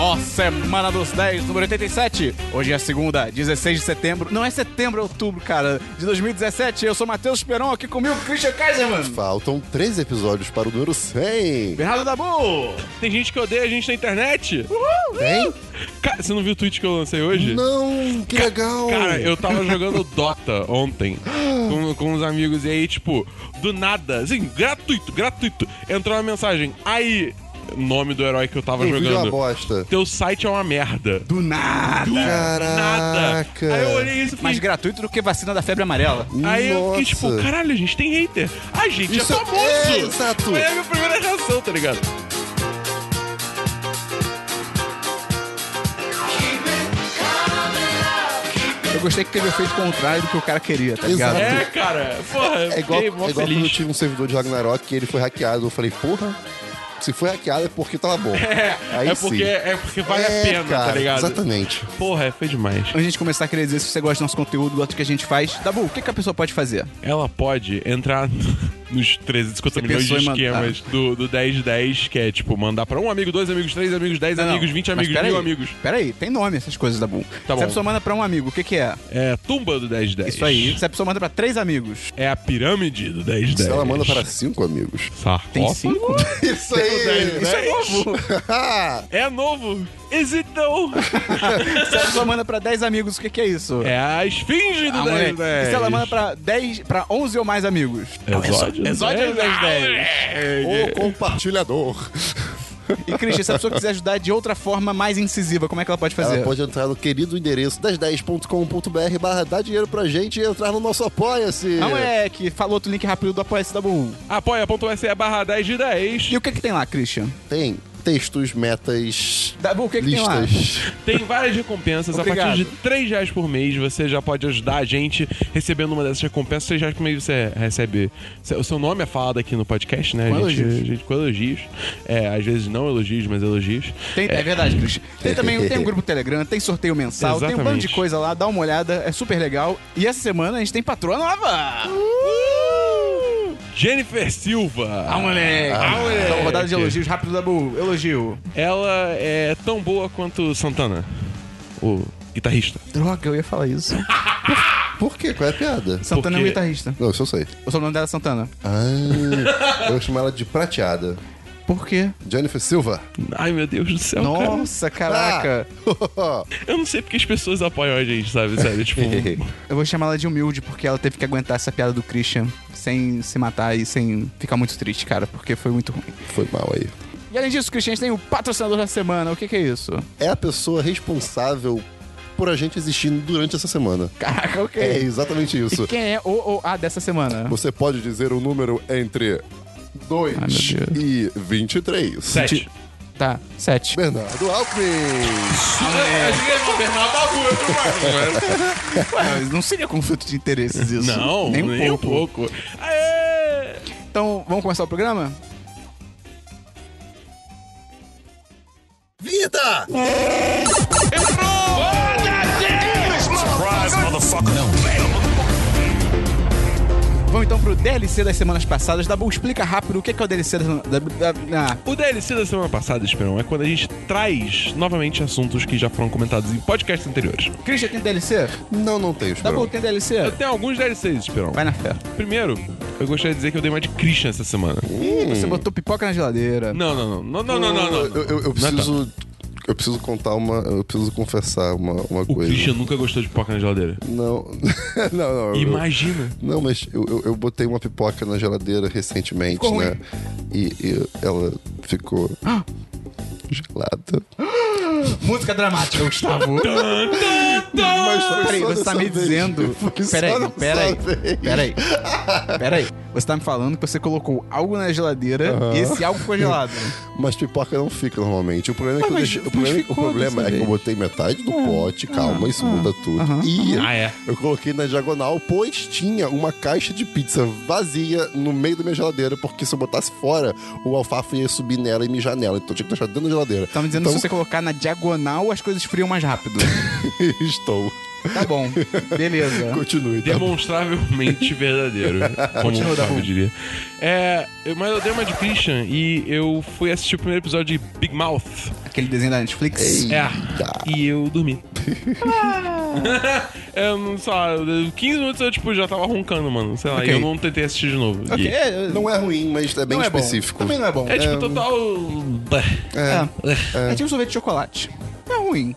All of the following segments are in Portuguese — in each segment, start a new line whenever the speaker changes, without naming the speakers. Ó, Semana dos 10, número 87. Hoje é segunda, 16 de setembro. Não é setembro, é outubro, cara. De 2017, eu sou Matheus Peron, aqui comigo, Christian Kaiserman.
Faltam três episódios para o número 100.
Bernardo Dabu.
Tem gente que odeia a gente na internet.
Tem?
Ca- Você não viu o tweet que eu lancei hoje?
Não, que legal.
Cara, eu tava jogando Dota ontem com, com uns amigos e aí, tipo, do nada, assim, gratuito, gratuito, entrou uma mensagem. Aí, nome do herói que eu tava
um vídeo é uma
jogando.
bosta.
Teu site é uma merda.
Do nada.
Nada.
Caraca.
Aí eu olhei isso e
Mais
fiquei.
gratuito do que vacina da febre amarela.
Aí eu fiquei
Nossa.
tipo, caralho, a gente tem hater. A gente
Isso
é
é-
famoso.
é, exato.
Foi a minha primeira reação, tá ligado?
Eu gostei que teve o efeito contrário do que o cara queria, tá ligado?
Exato.
É, cara. Porra, eu
É igual, é
fiquei mó
igual quando eu
feliz.
tive um servidor de Ragnarok que ele foi hackeado. Eu falei, porra, se foi hackeado é porque tava bom.
É,
Aí
é porque,
sim.
é porque vale a
É,
pena,
cara,
tá ligado?
Exatamente.
Porra, é feio demais.
Antes de a gente começar a querer dizer se você gosta do nosso conteúdo, gosta do que a gente faz, Dabu, o que, que a pessoa pode fazer?
Ela pode entrar nos 350
Você
milhões de
pensou em mandar.
esquemas do, do 1010, que é tipo mandar pra um amigo, dois amigos, três amigos, dez
Não,
amigos,
não,
vinte
mas
amigos,
peraí,
mil amigos.
Peraí, tem nome essas coisas, Dabu.
Tá
se
bom.
a pessoa manda pra um amigo, o que, que é?
É a tumba do 1010.
Isso aí. Se a pessoa manda pra três amigos,
É a pirâmide do 1010.
Se ela manda para cinco amigos.
Sarcófago?
tem cinco?
Isso
Tem o
aí.
1010.
Ah,
É novo. Hesitou.
Se a pessoa manda pra 10 amigos, o que, que é isso?
É a esfinge do
Ah, moleque.
1010.
E se ela manda pra 10, pra 11 ou mais amigos? Exódio
Exódio. Exódio
do
do
1010.
1010. É.
O compartilhador.
E, Christian, se a pessoa quiser ajudar de outra forma mais incisiva, como é que ela pode fazer?
Ela pode entrar no querido endereço 1010.com.br barra dá dinheiro pra gente e entrar no nosso Apoia-se.
Ah,
é,
moleque, falou outro link rápido do Apoia-se Dabu.
Apoia.se barra 10 de 10.
E o que que tem lá, Christian?
Tem textos, metas,
Dabu, o que que tem lá?
listas.
Tem várias recompensas. A
Obrigado.
partir de 3 reais por mês, você já pode ajudar a gente recebendo uma dessas recompensas. 3 reais por mês você recebe. O seu nome é falado aqui no podcast, né?
Com
a gente,
elogios.
a gente- com elogios. É, às vezes não elogios, mas elogios.
Tem- é. verdade, Christian. Tem também tem um grupo Telegram, tem sorteio mensal, tem um bando
Exatamente.
de coisa lá, dá uma olhada, é super legal. E essa semana a gente tem patroa nova!
Jennifer Silva.
Ah, moleque!
Ah, moleque.
Então, rodada de elogios, rápido, Dabu, elogio.
Ela é tão boa quanto Santana, o guitarrista.
Droga, eu ia falar isso.
Por quê? Qual é a piada?
Santana é um
Porque-
guitarrista.
Não, isso eu sei.
O sobrenome dela é Santana.
Ah, eu chamo ela de prateada.
Por quê?
Jennifer Silva.
Ai, meu Deus do céu, cara.
Nossa, caraca.
Ah.
Eu não sei porque as pessoas apoiam a gente, sabe? Sério, tipo...
Eu vou chamar ela de humilde porque ela teve que aguentar essa piada do Christian sem se matar e sem ficar muito triste, cara, porque foi muito ruim.
Foi mal aí.
E além disso, Christian, a gente tem o patrocinador da semana. O que, que é isso?
É a pessoa responsável por a gente existindo durante essa semana.
Caraca, ok.
É exatamente
E
isso.
quem é o ou a dessa semana?
Você pode dizer o número entre 2
Ai, meu Deus.
e 23.
Sete.
Tá, sete.
Bernardo Alckmin.
Ué, não seria conflito de interesses isso.
Não,
nem um pouco.
Aê!
Então, vamos começar o programa?
Vida!
Vamos então pro DLC das semanas passadas. Dabu, explica rápido o que que é o DLC da... da, da, da- Ah,
O DLC da semana passada, Esperão, é quando a gente traz novamente assuntos que já foram comentados em podcasts anteriores.
Christian, tem DLC?
Não, não tenho,
Dabu,
Esperão.
Tá tem DLC?
Eu tenho alguns DLCs, Esperão.
Vai na fé.
Primeiro, eu gostaria de dizer que eu dei uma de Christian essa semana.
Ih, você botou pipoca na geladeira.
Não, não, não, não, não, não, não.
Eu, eu- eu
Não é tanto.
preciso... Eu preciso contar uma... Eu preciso confessar uma, uma
O
coisa.
Christian nunca gostou de pipoca na geladeira.
Não, não, não. eu-
Imagina.
Não, mas eu, eu, eu botei uma pipoca na geladeira recentemente,
Ficou
né? E, e ela ficou
Ah!
gelada.
Música dramática, Gustavo.
Mas foi
Peraí,
só
você tá
dessa
me
vez.
dizendo.
Foi só
Peraí,
dessa
peraí.
vez.
Peraí. Peraí. Você tá me falando que você colocou algo na geladeira e esse algo ficou gelado.
Mas pipoca não fica normalmente. O problema é
Ah,
que eu
mas-
deixei. O
mas
problema,
ficou
o problema
dessa
é que eu
vez.
botei metade do pote, calma, isso muda tudo.
é, aham,
e
Ah, é.
eu coloquei na diagonal, pois tinha uma caixa de pizza vazia no meio da minha geladeira, porque se eu botasse fora, o alfafa ia subir nela e mijar nela. Então eu tinha que deixar dentro da geladeira.
Tá me dizendo
então,
que se você colocar na diagonal, as coisas friam mais rápido.
Estou.
Tá bom. Beleza.
Continue, tá?
Demonstravelmente verdadeiro. Como
Continua, tá
o
Dabu.
Fábio diria. É, eu- mas eu dei uma de Christian e eu fui assistir o primeiro episódio de Big Mouth.
aquele desenho da Netflix.
Ei.
É.
Tá.
E eu dormi.
Ah.
eu não só, 15 minutos eu tipo, já tava roncando, mano. Sei lá,
Ok.
e eu não tentei assistir de novo. E-
Ok, é,
Não é ruim, mas é bem
não é bom.
específico.
Também não é bom.
É tipo
É,
total.
É. É tipo sorvete de chocolate. Não é ruim.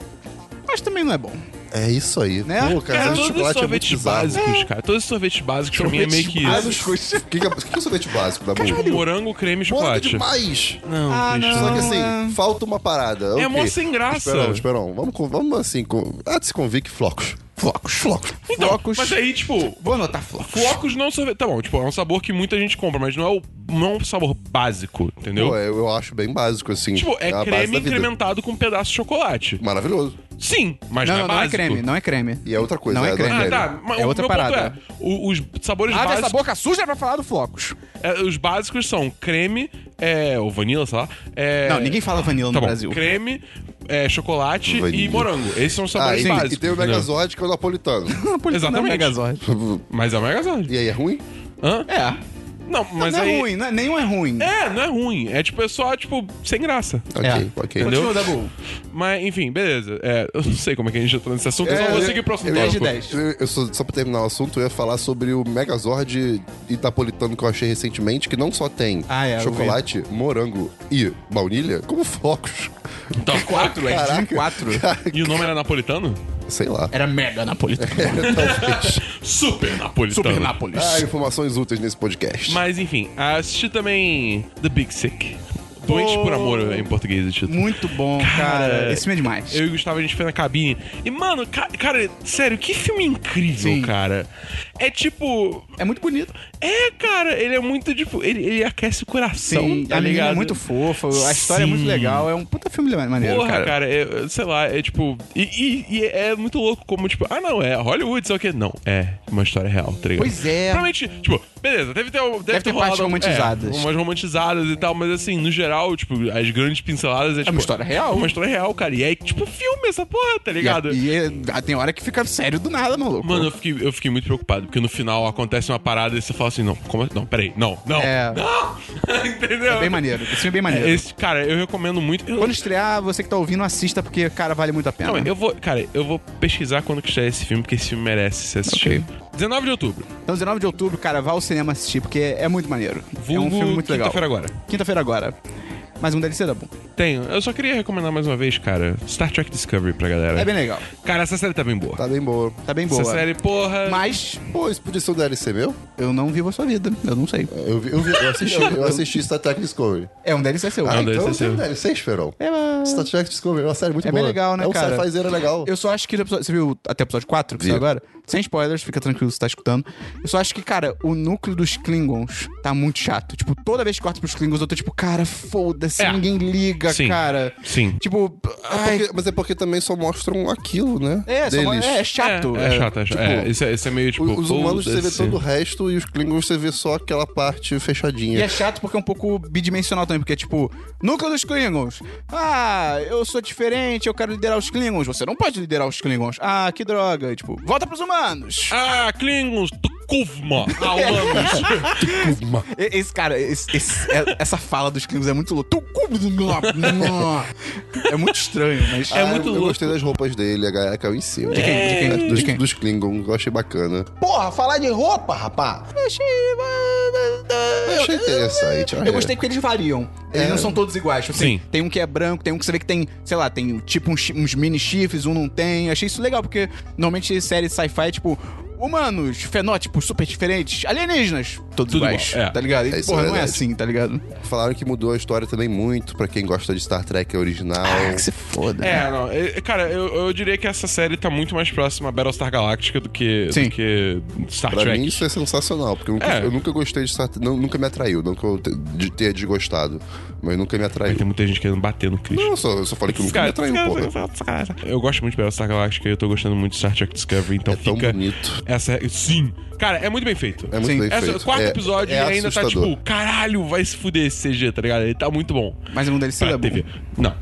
Mas também não é bom.
É isso aí.
Né?
Pô,
Cara,
cara, esse
todos os
chocolate é muito
sorvetes
bizarro.
básicos, cara. Todos os sorvetes básicos pra mim é meio que isso.
Básicos? O que, que, é, o que que é sorvete básico, Dabu?
Tipo, morango, creme e
Bora
chocolate.
demais!
Não,
Ah,
Christian.
não.
Só que assim,
é.
falta uma parada. ok.
É mó sem graça.
Esperão, esperão. Vamos, com- vamos assim, com... ah, se convique flocos. Flocos, flocos.
Então,
Flocos.
mas aí, tipo,
Vou anotar flocos.
flocos não sorvete. Tá bom, tipo, é um sabor que muita gente compra, mas não é, o, não é um sabor básico, entendeu?
Pô, eu, eu acho bem básico, assim.
Tipo, é,
a base
creme
da vida.
incrementado com um pedaço de chocolate.
Maravilhoso.
Sim, mas
Não,
não,
não,
é
não é
básico.
creme, não é creme.
E é outra coisa.
Não é creme.
Ah,
Sério.
tá. Mas
É
o
outra
meu ponto
parada. Ah, tá,
é, o- os sabores
Abre essa
básicos...
boca suja pra falar do flocos.
é, os básicos são creme, é, ou vanilla, sei lá. é-
Não, ninguém fala vanilla no
tá bom,
Brasil.
Creme, é, chocolate e
Vanilla.
morango. Esses são os
Ah,
sabores
e,
básicos.
e tem o
entendeu?
Megazord que é o napolitano.
Napolitano
Exatamente.
É, Megazord.
Mas é o Megazord.
e aí, é ruim?
Hã?
é.
Não, mas
não
aí...
é ruim, não é- nenhum é ruim.
É, não é ruim. É tipo, é só, tipo, sem graça.
Ok,
É.
ok.
Entendeu?
Continua, Dabu.
Mas, enfim, beleza. É, eu não sei como é que a gente entrou nesse assunto, eu
É,
só vou
eu-
seguir o próximo
eu-
dez de
tópico.
10.
Eu, eu só, só pra terminar o assunto, eu ia falar sobre o Megazord e napolitano que eu achei recentemente, que não só tem
Ah, é, eu
chocolate, morango e baunilha, como flocos.
Então,
Quatro, é de
Caraca.
4.
E o nome era napolitano?
Sei lá.
Era mega napolitano.
Super napolitano.
Super Nápoles.
Ah, informações úteis nesse podcast.
Mas enfim, assisti também The Big Sick. Doente
Pô.
por amor em português o título.
Muito bom, cara.
Cara,
Esse filme é demais.
Eu e o Gustavo, a gente foi na cabine. E, mano, ca- cara, sério, que filme incrível,
Sim.
cara. É tipo.
É muito bonito.
É, cara, ele é muito, tipo. Ele, ele aquece o coração.
Sim,
tá
a menina
ligado?
é muito fofa, a história é muito
Sim.
legal. É um puta filme maneiro,
Porra, cara,
cara.
é- sei lá, é tipo. E, e- e é muito louco como, tipo, ah, não, é Hollywood, sei o quê. Não, é uma história real, tá ligado?
Pois é.
Provavelmente, tipo, beleza, deve ter, deve
Deve ter
rolado
partes
algum- é,
romantizadas.
umas romantizadas e tal, mas assim, no geral, tipo, as grandes pinceladas é, tipo,
história real.
É uma história real, cara. E é tipo filme essa porra, tá
E,
ligado?
e- ah, tem hora que fica sério do nada, maluco.
Mano, eu fiquei, eu fiquei muito preocupado, porque no final acontece uma parada e você fala assim, não, como é- Não, peraí, não, não,
É.
não! Entendeu?
é bem maneiro. Esse filme é bem maneiro.
Esse, cara, eu recomendo muito. Eu-
Quando estrear, você que tá ouvindo, assista, porque, cara, vale muito a pena.
Não, eu vou. Cara, eu vou pesquisar quando que estreia esse filme, porque esse filme merece ser assistido. 19 de outubro.
Então, 19 de outubro, cara, vá ao cinema assistir, porque é muito maneiro. é
Vulgo
um filme muito legal.
quinta-feira agora.
Quinta-feira agora. Mais um DLC da bom.
Tenho. Eu só queria recomendar mais uma vez, cara, Star Trek Discovery pra galera.
É bem legal.
Cara, essa série tá bem boa.
Tá bem boa.
Tá bem
essa
boa.
série, é- porra.
Mas
Pô, isso podia ser um DLC meu?
eu não vivo a sua vida. Eu não sei.
Eu, vi- eu, vi- eu assisti, eu assisti Star Trek Discovery.
É um DLC seu.
Ah,
um
então
DLC
tem um
seu.
DLC, Esperão.
É, mas-
Star Trek Discovery é uma série muito
É bem
boa.
legal, né,
é um
cara?
sci-fizeiro legal.
Eu só acho que. no episódio- Você viu até o episódio 4 que saiu
Vi.
agora? Sem spoilers, fica tranquilo se tá escutando. Eu só acho que, cara, o núcleo dos Klingons tá muito chato. Tipo, toda vez que corta pros Klingons, eu tô tipo, cara, foda-se,
É.
ninguém liga,
Sim.
cara.
Sim.
Tipo, ai,
Porque- mas é porque também só mostram aquilo, né?
é, só-
deles.
é, é chato.
É, é chato, é chato.
tipo,
é, esse, é- esse é meio tipo.
O- Os humanos você vê
foda-se.
todo o resto e os Klingons você vê só aquela parte fechadinha.
E é chato porque é um pouco bidimensional também, porque é tipo, núcleo dos Klingons. Ah, eu sou diferente, eu quero liderar os Klingons. Você não pode liderar os Klingons. Ah, que droga. E, tipo, volta pros humanos.
Ah, Klingons, Tukuvma, ah, humanos.
E- Esse cara, esse- esse- é- essa fala dos Klingons é muito louca. É muito estranho, mas.
Ah,
É muito
eu, eu
louco.
gostei das roupas dele, a galera caiu em cima.
De quem? De quem?
Dos,
De quem?
dos Klingons, eu achei bacana.
Porra, falar de roupa, rapá.
Eu achei interessante.
Eu gostei porque eles variam.
É.
Eles não são todos iguais. Tipo assim,
Sim.
Tem um que é branco, tem um que você vê que tem, sei lá, tem tipo uns, chi- uns mini chifres, um não tem. Eu achei isso legal, porque normalmente série sci-fi é tipo. Humanos, fenótipos super diferentes, alienígenas, todos
Tudo
iguais,
igual, é.
tá ligado? E,
É isso,
porra,
é
não é
verdade.
assim, tá ligado?
Falaram que mudou a história também muito, pra quem gosta de Star Trek original.
Ah, que se foda.
É, não. é, Cara, eu, eu diria que essa série tá muito mais próxima a Battlestar Galactica do que,
Sim.
do que Star
Pra
Trek.
mim isso é sensacional, porque eu nunca,
É.
eu nunca gostei de Star Trek, não- nunca me atraiu, não que eu te- de ter desgostado, mas nunca me atraiu.
Tem muita gente querendo bater no Christian.
Não, eu só, eu só falei que nunca me atraiu, porra.
Eu gosto muito de Battlestar Galactica e eu tô gostando muito de Star Trek Discovery, então
É tão
fica.
bonito.
Essa Sim. Cara, é muito bem feito.
É muito
Sim.
bem
Essa-
feito.
o quarto
É-
episódio
é
ele ainda tá
assustador.
tipo, caralho, vai se fuder esse CG, tá ligado? Ele tá muito bom.
Mas é um DLC
Pra
da
TV. Não.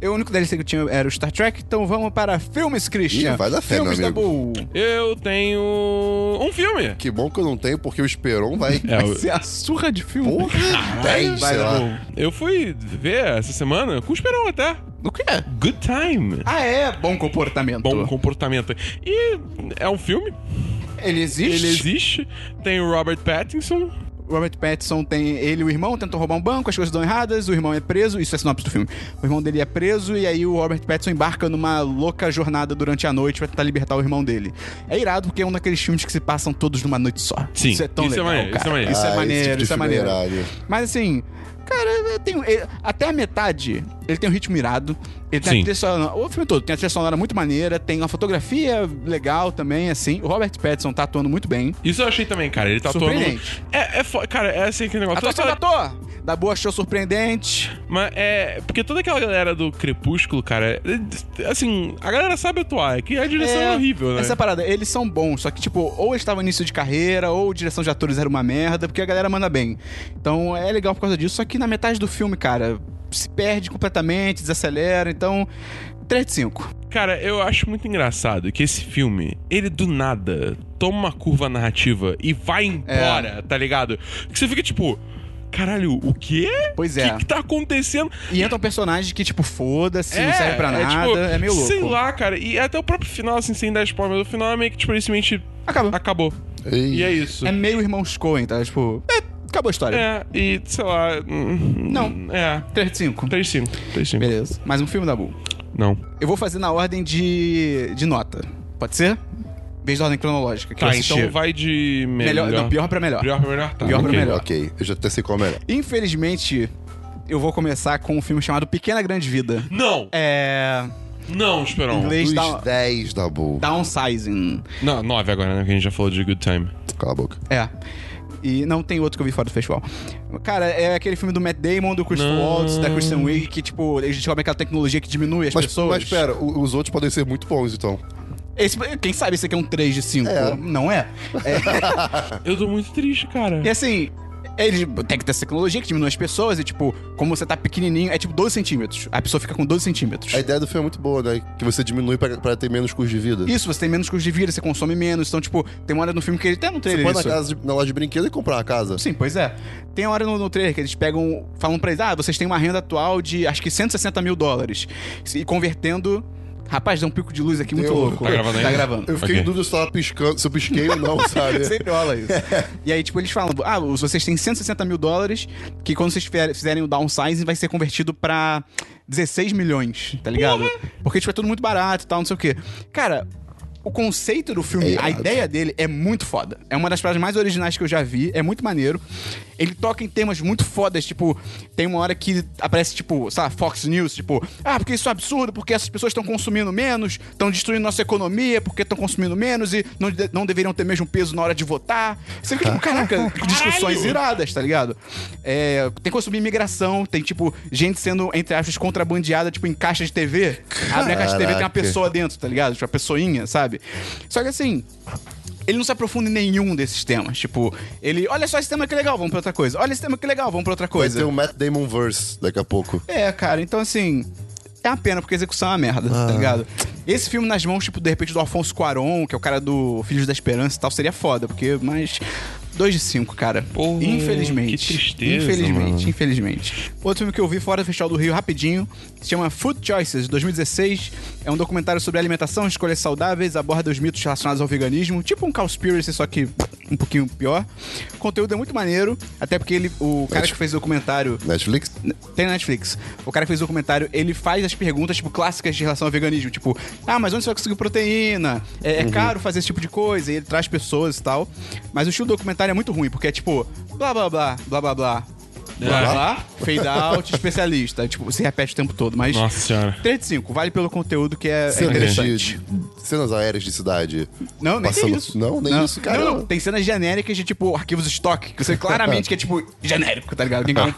Eu, o único DLC que eu tinha era o Star Trek, então vamos para filmes, Christian.
Ih, vai dar fé,
filmes
meu
da Bull.
Eu tenho. um filme.
Que bom que eu não tenho, porque o Esperon vai...
É, eu-
Você é a surra de filme.
Porra, 10,
vai
sei
dar
lá.
bom.
eu fui ver essa semana com o Esperão até.
O que é?
Good Time.
Ah, é? Bom comportamento.
Bom comportamento. E é um filme,
Ele existe?
ele existe, tem o Robert Pattinson.
Robert Pattinson tem ele e o irmão tentam roubar um banco, as coisas dão erradas, o irmão é preso, isso é sinopse do filme. O irmão dele é preso e aí o Robert Pattinson embarca numa louca jornada durante a noite pra tentar libertar o irmão dele. É irado porque é um daqueles filmes que se passam todos numa noite só.
Sim,
Isso é tão
isso é
legal,
maneiro, isso é
cara.
maneiro.
Isso é
Ah, esse
maneiro,
tipo de
isso é
filme
maneiro.
irado.
Mas assim, cara, eu tenho, eu- até a metade, ele tem um ritmo irado. Ele tem
Sim.
a trilha sonora, o filme todo tem a trilha sonora muito maneira, tem uma fotografia legal também, assim. O Robert Pattinson tá atuando muito bem.
Isso eu achei também, cara. Ele tá atuando.
Surpreendente.
É, é fo- Cara, é assim que negócio. Toda
Atuação do
aquela-
ator! Da boa show surpreendente.
Mas é. Porque toda aquela galera do Crepúsculo, cara, é- assim, a galera sabe atuar, é que a direção é, horrível, né?
Essa parada, eles são bons, só que, tipo, ou eles estavam no início de carreira, ou direção de atores era uma merda, porque a galera manda bem. Então é legal por causa disso, só que na metade do filme, cara, se perde completamente, desacelera, então. 3 de 5.
Cara, eu acho muito engraçado que esse filme, ele do nada toma uma curva narrativa e
É.
vai embora, tá ligado? Que você fica tipo, caralho, o quê?
Pois
O
é.
que, que tá acontecendo?
E entra um personagem que, tipo, foda-se, não serve pra nada, é,
tipo,
meio louco.
Sei lá, cara. E até o próprio final, assim, sem dar spoiler, mas o final é meio que, tipo, ele simplesmente
Acaba.
acabou.
Ei.
E é isso.
É meio irmãos Coen, tá? Tipo, é, acabou a história.
É, e sei lá. hum,
Não.
É.
3 de 5.
3-5. 3-5.
Beleza. Então Mais um filme da Bull.
Não.
Eu vou fazer na ordem de, de nota. Pode ser? Vez da ordem cronológica. Que eu
Tá,
assisti.
então vai de melhor.
Melhor, não, pior pra melhor.
Pior pra melhor, tá.
Pior pra
ok.
melhor.
Ok, eu já até sei qual é o melhor.
Infelizmente, eu vou começar com um filme chamado Pequena Grande Vida.
Não,
É.
não, Esperão.
Inglês. Eles dão-
Dos 10 da boa.
Downsizing.
Não, 9 agora, né? Porque a gente já falou de Good Time.
Cala a boca.
É. E não tem outro que eu vi fora do festival. Cara, é aquele filme do Matt Damon, do Christopher
Não.
Waltz, da Kristen Wiig, que, tipo, eles descobrem aquela tecnologia que diminui as
Mas,
pessoas.
mas pera, o- os outros podem ser muito bons, então.
Esse- quem sabe esse aqui é um 3 de 5?
É.
Não é? É.
Eu tô muito triste, cara.
E assim, ele tem que ter essa tecnologia que diminui as pessoas e, tipo, como você tá pequenininho, é tipo 12 centímetros. A pessoa fica com 12 centímetros.
A ideia do filme é muito boa, né? Que você diminui pra, pra ter menos custo de vida.
Isso, você tem menos custo de vida, você consome menos. Então, tipo, tem uma hora no filme que ele até no
Você
trailer.
põe na,
isso.
casa de- na loja de brinquedo e comprar uma casa.
Sim, pois é. Tem uma hora no, no trailer que eles pegam. Falam pra eles, ah, vocês têm uma renda atual de acho que 160 mil dólares. E convertendo. Rapaz, dá um pico de luz aqui muito
Deu.
louco.
Tá gravando ainda?
Tá gravando.
Eu fiquei
Ok.
em dúvida se eu tava piscando, se eu pisquei ou não, sabe?
Sempre rola isso. e aí, tipo, eles falam: ah, vocês têm 160 mil dólares, que quando vocês fizer- fizerem o downsizing vai ser convertido pra 16 milhões, tá ligado? Porque, tipo, é tudo muito barato e tal, não sei o quê. Cara. O conceito do filme,
É
a
irado.
ideia dele é muito foda. É uma das paradas mais originais que eu já vi, é muito maneiro. Ele toca em temas muito fodas, tipo, tem uma hora que aparece, tipo, sei lá, Fox News, tipo, ah, porque isso é um absurdo, porque essas pessoas estão consumindo menos, estão destruindo nossa economia, porque estão consumindo menos e não, de- não deveriam ter mesmo peso na hora de votar. Você fica, tipo, caraca, que discussões iradas, tá ligado? É, tem que consumir imigração, tem, tipo, gente sendo, entre aspas, contrabandeada, tipo, em caixa de TV. Abre a caixa de TV, tem uma
Caraca.
pessoa dentro, tá ligado? Tipo, a pessoinha, sabe? Só que assim, ele não se aprofunda em nenhum desses temas. Tipo, ele, olha só esse tema que legal, vamos pra outra coisa. Olha esse tema que legal, vamos pra outra
Vai
coisa.
ter um Matt Damon verse daqui a pouco.
É, cara, então assim. É uma pena, porque a execução é uma merda, tá ligado? Esse filme nas mãos, tipo, de repente, do Alfonso Cuaron, que é o cara do Filhos da Esperança e tal, seria foda, porque. Mas. 2 de 5, cara.
Pô,
infelizmente.
que tristeza,
Infelizmente,
mano.
infelizmente. Outro filme que eu vi fora do Festival do Rio rapidinho se chama Food Choices, de 2016. É um documentário sobre alimentação, escolhas saudáveis, aborda os mitos relacionados ao veganismo, tipo um Cowspiracy, só que um pouquinho pior. O conteúdo é muito maneiro, até porque ele, o cara que fez o documentário.
Netflix?
Tem na Netflix. O cara que fez o documentário, ele faz as perguntas, tipo, clássicas de relação ao veganismo. Tipo, ah, mas onde você vai conseguir proteína? É,
Uhum.
é caro fazer esse tipo de coisa. E ele traz pessoas e tal. Mas o estilo do documentário é muito ruim, porque é tipo, blá, blá, blá, blá, blá, blá. Blá,
É.
blá, fade out, especialista. Tipo, se repete o tempo todo, mas...
Nossa senhora.
3 de 5, vale pelo conteúdo que é, é
Cenas, de,
interessante.
de- cenas aéreas de cidade.
Não, nem
Passando-
tem isso.
Não, nem isso, cara.
Não, não, tem cenas genéricas de, tipo, arquivos de estoque, que você claramente que é, tipo, genérico, tá ligado? Tem como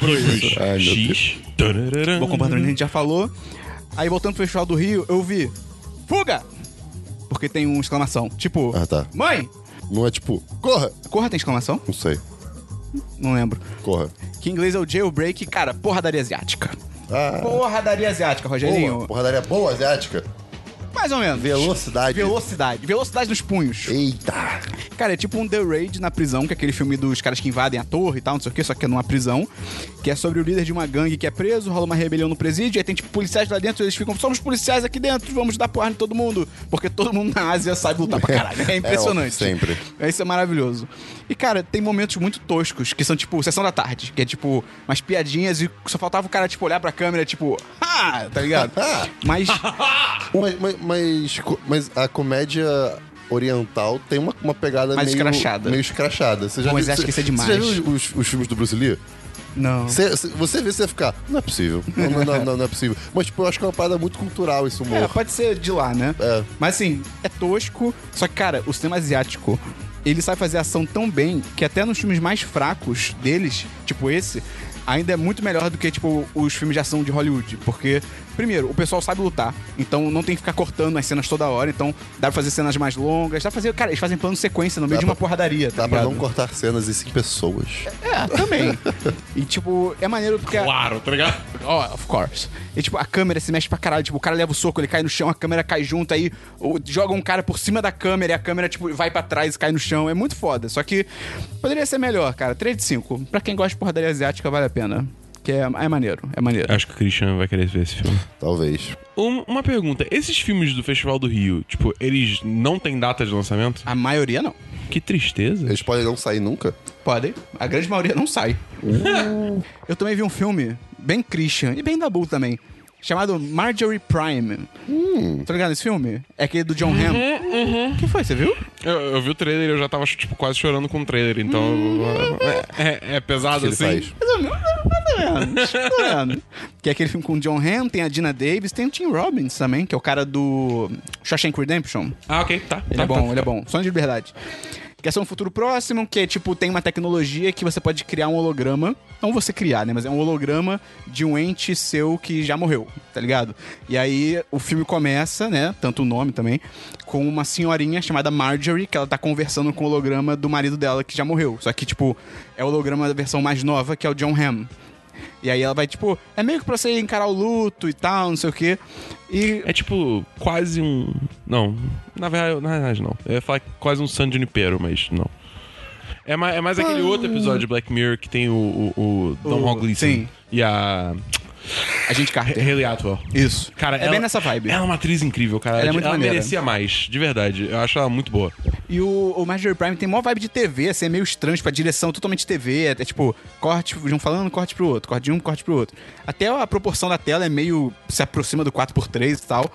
Ai, meu
X. Tararara.
Bom comportamento a gente já falou. Aí voltando pro Festival do Rio, eu vi. Fuga! Porque tem uma exclamação. Tipo,
Ah, tá.
mãe!
Não é tipo, corra!
Corra tem exclamação?
Não sei,
Não lembro.
corra.
Que em inglês é o jailbreak, cara, porradaria asiática.
Ah,
Porradaria asiática, Rogerinho.
boa, porradaria boa asiática.
Mais ou menos.
Velocidade.
Velocidade. Velocidade nos punhos.
Eita.
Cara, é tipo um The Raid na prisão, que é aquele filme dos caras que invadem a torre e tal, não sei o que, só que é numa prisão. Que é sobre o líder de uma gangue que é preso, rola uma rebelião no presídio, aí tem tipo policiais lá dentro, eles ficam, somos policiais aqui dentro, vamos dar porrada em todo mundo. Porque todo mundo na Ásia sabe lutar pra caralho. É impressionante.
É, óbvio, sempre.
É, Isso é maravilhoso. E, cara, tem momentos muito toscos, que são tipo sessão da tarde, que é tipo umas piadinhas e só faltava o cara, tipo, olhar pra câmera, tipo, ah, tá ligado? Mas.
Mas, mas- mas co- mas a comédia oriental tem uma, uma pegada
Mais
meio
escrachada.
Meio escrachada. Você já
Pô, mas
viu-
acho
você-
que isso é demais.
Você já viu os, os filmes do Bruce Lee?
Não.
Você, você- você vê, você vai ficar, não é possível. Não, não, não, não, não é possível. Mas, tipo, eu acho que é uma parada muito cultural esse humor.
É, pode ser de lá, né?
É.
Mas assim, é tosco. Só que, cara, o cinema asiático, ele sabe fazer ação tão bem que até nos filmes mais fracos deles, tipo esse, ainda é muito melhor do que, tipo, os filmes de ação de Hollywood. Porque, primeiro, o pessoal sabe lutar. Então não tem que ficar cortando as cenas toda hora. Então dá pra fazer cenas mais longas. Dá pra fazer. Cara, eles fazem plano sequência no meio
Dá
de uma
pra-
porradaria.
Dá
Tá
pra
ligado?
não cortar cenas e sim pessoas.
É, também. e, tipo, é maneiro porque. a-
Claro, tá ligado?
Oh, of course. E tipo, a câmera se mexe pra caralho. Tipo, o cara leva o soco, ele cai no chão, a câmera cai junto, aí o- joga um cara por cima da câmera e a câmera, tipo, vai pra trás e cai no chão. É muito foda. Só que poderia ser melhor, cara. 3 de 5. Pra quem gosta de porradaria asiática, vale a pena. Que é, é maneiro, é maneiro.
Acho que o Christian vai querer ver esse filme.
Talvez.
Um- uma pergunta: esses filmes do Festival do Rio, tipo, eles não têm data de lançamento?
A maioria não.
Que tristeza.
Eles podem não sair nunca.
Podem. A grande maioria não sai. Eu também vi um filme bem Christian e bem Dabu também. Chamado Marjorie Prime. Tá ligado nesse filme? É aquele do John Hamm. O que foi? Você viu?
Eu, eu vi o trailer e eu já tava, tipo, quase chorando com o trailer, então. É, é- é pesado
Que ele
assim.
faz.
Mais ou menos, mais ou menos, mais ou menos. Que é aquele filme com o John Hamm, tem a Dina Davis, tem o Tim Robbins também, que é o cara do Shawshank Redemption.
Ah, ok, tá.
Ele
tá,
é bom,
tá.
ele é bom. Sonho de liberdade. Que é só um futuro próximo, que é tipo, tem uma tecnologia que você pode criar um holograma. Não você criar, né? Mas é um holograma de um ente seu que já morreu, tá ligado? E aí o filme começa, né? Tanto o nome também, com uma senhorinha chamada Marjorie, que ela tá conversando com o holograma do marido dela que já morreu. Só que, tipo, é o holograma da versão mais nova, que é o John Hamm. E aí ela vai, tipo, é meio que pra você encarar o luto e tal, não sei o quê. E
É tipo, quase um. Não, na verdade, na verdade não. Eu ia falar quase um San Junipero, mas não. É mais, é mais aquele outro episódio de Black Mirror que tem o, o, o Don
O-
Juan Gleason
sim.
e a
a gente Carter.
Haley Atwell.
Isso.
Cara,
é
ela-
bem nessa vibe.
Ela é uma atriz incrível, cara.
Ela é muito maneira.
merecia mais, de verdade. Eu acho ela muito boa.
E o, o Marjorie Prime tem mó vibe de TV, assim, é meio estranho, tipo, a direção é totalmente TV, é, é tipo, corte de um falando, corte pro outro, corte de um, corte pro outro. Até a proporção da tela é meio, se aproxima do 4x3 e tal.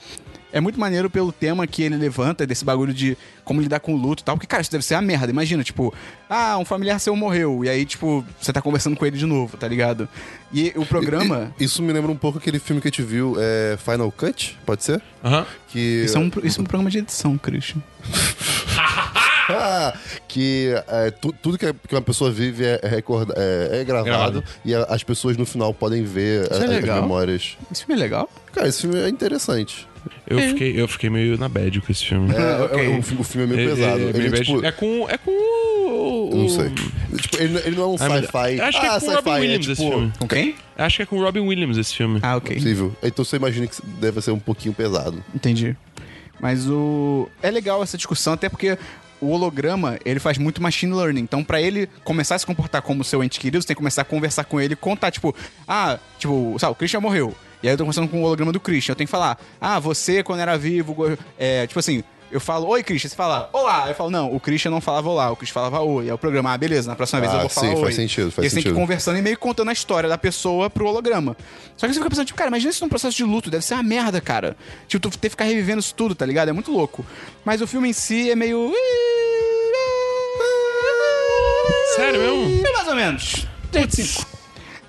É muito maneiro pelo tema que ele levanta, desse bagulho de como lidar com o luto e tal, porque, cara, isso deve ser uma merda, imagina, tipo, ah, um familiar seu morreu, e aí, tipo, você tá conversando com ele de novo, tá ligado? E o programa...
I- Isso me lembra um pouco aquele filme que a gente viu, é Final Cut, pode ser?
Aham.
Que,
Isso é, um, isso é um programa de edição, Christian.
Ah, que é, tu- tudo que, a- que uma pessoa vive é, é recorda- é- é gravado,
Gravado.
e a- as pessoas no final podem ver a-
é
as
legal.
memórias.
Esse filme é legal?
Cara, esse filme é interessante.
Eu, fiquei, eu fiquei meio na bad com esse filme.
É, é-
Ah, ok.
é um fi- o filme é meio
Ele-
pesado.
ele-
Ele,
meio bad.
tipo,
é com. É com o. o-
não sei. Tipo, ele, ele não é um
Ah, mas-
sci-fi.
Acho que é
ah,
com o Robin
sci-fi, é
Williams esse filme.
tipo...
Com quem?
Acho que é com o Robin Williams esse filme.
Ah, ok.
Possível. Então você imagina que deve ser um pouquinho pesado.
Entendi. Mas o. É legal essa discussão, até porque o holograma, ele faz muito machine learning. Então, pra ele começar a se comportar como seu ente querido, você tem que começar a conversar com ele e contar, tipo, ah, tipo, sabe, o Christian morreu. E aí eu tô conversando com o holograma do Christian. Eu tenho que falar, ah, você quando era vivo, go- é, tipo assim. Eu falo, oi, Christian. Você fala, olá. Eu falo, não, o Christian não falava olá, o Christian falava oi. Aí o programa, ah, beleza, na próxima vez eu
Ah,
vou falar
sim,
oi.
faz sentido, faz
e aí você tem que
sentido.
conversando e meio que contando a história da pessoa pro holograma. Só que você fica pensando, tipo, cara, imagina isso num processo de luto, deve ser uma merda, cara. Tipo, tu ter que ficar revivendo isso tudo, tá ligado? É muito louco. Mas o filme em si é meio.
Sério mesmo?
É mais ou menos. 3 de 5.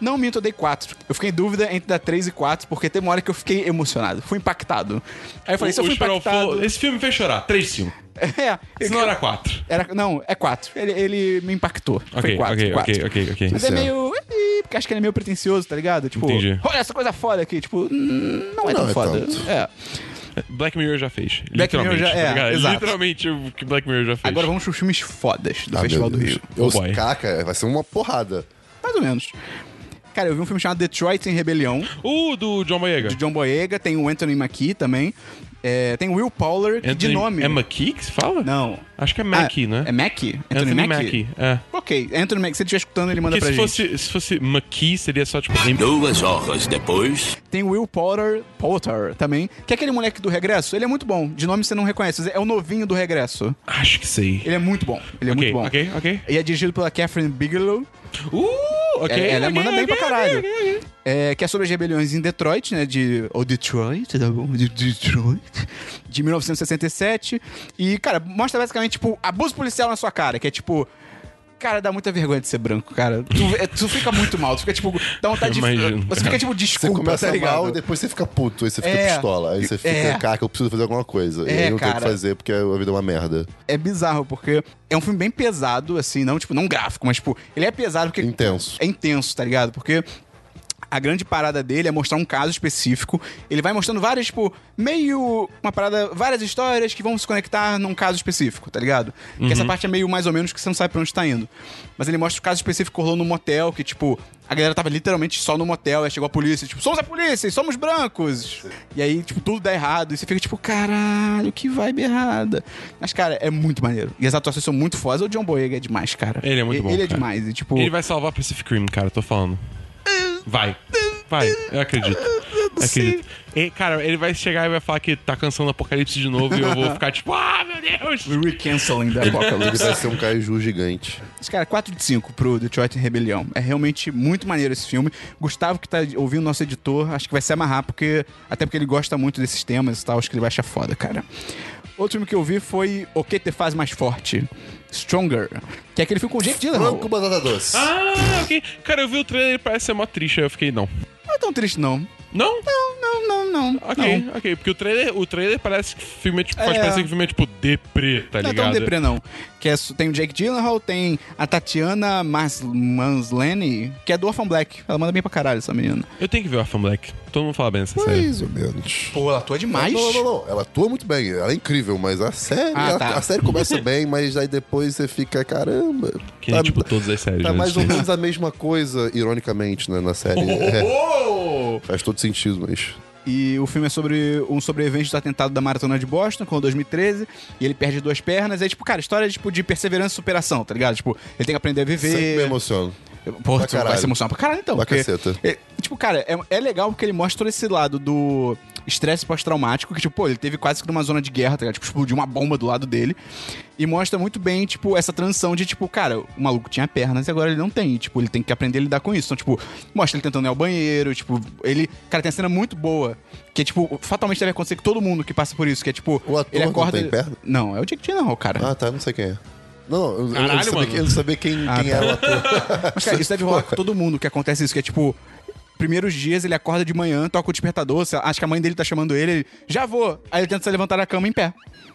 Não minto, eu dei 4. Eu fiquei em dúvida entre dar 3 e 4, porque teve uma hora que eu fiquei emocionado. Fui impactado. Aí eu falei, se eu
O-
fui
o Sparrow
impactado.
falou, Esse filme me fez chorar. 3 de 5.
É,
Se não era 4.
era, não, é 4. Ele, ele me impactou. Foi
Ok,
4.
ok,
quatro.
ok, ok, ok.
Mas é meio. "Ih", Porque acho que ele é meio pretencioso, tá ligado? Tipo,
Entendi.
olha essa coisa foda aqui. Tipo, "Hum, não é tão
Não é
foda.
tanto.
É.
Black Mirror já fez.
Black Mirror
literalmente.
já- é,
tá ligado?
exato.
Literalmente o que Black Mirror já fez.
Agora vamos pros filmes fodas do
Ah,
Festival do
meu Deus.
Rio.
Eu,
Oh, boy.
caca, vai ser uma porrada.
Mais ou menos. Cara, eu vi um filme chamado Detroit em Rebelião,
Uh, do John Boyega.
de John Boyega, tem o Anthony McKee também, é, tem o Will Powler, que de
Anthony-
nome...
É McKee que se fala?
Não.
Acho que é Mackie,
Ah,
né?
É Mackie?
Anthony,
Anthony, Mackie?
Mackie. É.
Ok, Anthony Mackie, se ele estiver escutando, ele manda
Porque
pra
se
gente.
fosse, se fosse McKee, seria só tipo.
Duas horas depois.
Tem o Will Potter, Potter também, que é aquele moleque do Regresso, ele é muito bom, de nome você não reconhece, é o novinho do Regresso.
Acho que sei.
Ele é muito bom, ele é
Ok,
muito bom.
ok, ok.
E é dirigido pela Catherine Bigelow,
Uh, ok.
É, ela
ok,
manda bem pra
ok,
caralho.
ok, ok, ok.
É, que é sobre as rebeliões em Detroit, né? De. Ou Detroit, tá bom? De Detroit. De 1967. E, cara, mostra basicamente, tipo, abuso policial na sua cara, que é tipo. Cara, dá muita vergonha de ser branco, cara. Tu, é, tu fica muito mal, tu fica tipo. Dá vontade de.
Imagino,
você
cara.
fica tipo,
Você
desculpa,
começa
tá ligado?
mal e depois você fica puto, aí você fica
É.
pistola. Aí você fica,
É.
caraca, eu preciso fazer alguma coisa. e
É,
aí não tem o que
cara.
fazer porque a vida é uma merda.
É bizarro, porque é um filme bem pesado, assim, não, tipo, não gráfico, mas, tipo, ele é pesado porque.
Intenso.
é intenso, tá ligado? Porque a grande parada dele é mostrar um caso específico. Ele vai mostrando várias, tipo, meio. Uma parada, várias histórias que vão se conectar num caso específico, tá ligado? Que
Uhum.
essa parte é meio mais ou menos que você não sabe pra onde tá indo. Mas ele mostra o caso específico que rolou num motel, que, tipo, a galera tava literalmente só no motel, aí chegou a polícia, tipo, somos a polícia, e somos brancos. E aí, tipo, tudo dá errado. E você fica, tipo, caralho, que vibe errada. Mas, cara, é muito maneiro. E as atuações são muito fodas. O John Boyega é demais, cara.
Ele é muito bom,
Ele é
cara.
demais. E, tipo.
Ele vai salvar Pacific Rim, cara, tô falando. Vai. Vai, eu acredito. Eu acredito. E, cara, ele vai chegar e vai falar que tá cansando o apocalipse de novo e eu vou ficar tipo, ah, meu Deus!
Recanceling da
Ele
Apocalypse.
vai ser um caju gigante.
Mas, Cara, 4 de 5 pro Detroit em Rebelião. É realmente muito maneiro esse filme. Gustavo, que tá ouvindo nosso editor, acho que vai se amarrar, porque até porque ele gosta muito desses temas e tal, acho que ele vai achar foda, cara. Outro filme que eu vi foi O Que Te Faz Mais Forte? Stronger. Que é aquele filme com o Jake Gyllenhaal.
Franco Batata Doce.
Ah, ok. Cara, eu vi o trailer e parece ser mó triste, aí eu fiquei, não.
Não é tão triste, não.
Não?
Não, não, não, não.
Ok, Tá
Não.
ok. Porque o trailer, o trailer parece que filme é tipo. Pode
É.
parecer que filme é tipo deprê, tá
Não é
ligado?
tão deprê, não. Que é, su- tem o Jake Gyllenhaal, tem a Tatiana Mas- Maslany, que é do Orphan Black. Ela manda bem pra caralho, essa menina.
Eu tenho que ver Orphan Black. Todo mundo fala bem dessa série.
Mais ou menos.
Pô, ela atua demais.
É. Não, não, não, não. Ela atua muito bem, ela é incrível, mas a série.
Ah,
ela-
tá.
A série começa bem, mas aí depois você fica, caramba.
Que é tipo todas as séries.
Tá
né,
mais ou
assim.
menos a mesma coisa, ironicamente, né, na série. É, faz todo sentido, mas.
E o filme é sobre um sobrevivente do atentado da Maratona de Boston, com 2013, e ele perde duas pernas. É tipo, cara, história tipo, de perseverança e superação, tá ligado? Tipo, ele tem que aprender a
Sempre me
viver.
emociono.
Pô,
Pra
tu vai
caralho.
se emocionar pra caralho, então.
Pra
porque-
caceta.
é, tipo, cara, é, é legal porque ele mostra todo esse lado do estresse pós-traumático, que, tipo, pô, ele teve quase que numa zona de guerra, tá ligado? Tipo, explodiu uma bomba do lado dele. E mostra muito bem, tipo, essa transição de, tipo, cara, o maluco tinha pernas e agora ele não tem. E, tipo, ele tem que aprender a lidar com isso. Então, tipo, mostra ele tentando ir ao banheiro, tipo, ele. Cara, tem uma cena muito boa. Que é, tipo, fatalmente deve acontecer com todo mundo que passa por isso. Que é, tipo,
O ator
ele
não
acorda.
tem perna?
Não, é o Jake Gyllenhaal, cara.
Ah, tá, não sei quem é. Não, não, eu- eu,
Caralho,
não sabia,
mano.
que- eu não sabia quem,
Ah, tá.
quem era o ator.
Mas, cara, isso deve rolar com todo mundo que acontece isso, que é tipo. Primeiros dias ele acorda de manhã, toca o despertador, sei lá, acho que a mãe dele tá chamando ele, ele já vou. Aí ele tenta se levantar da cama em pé.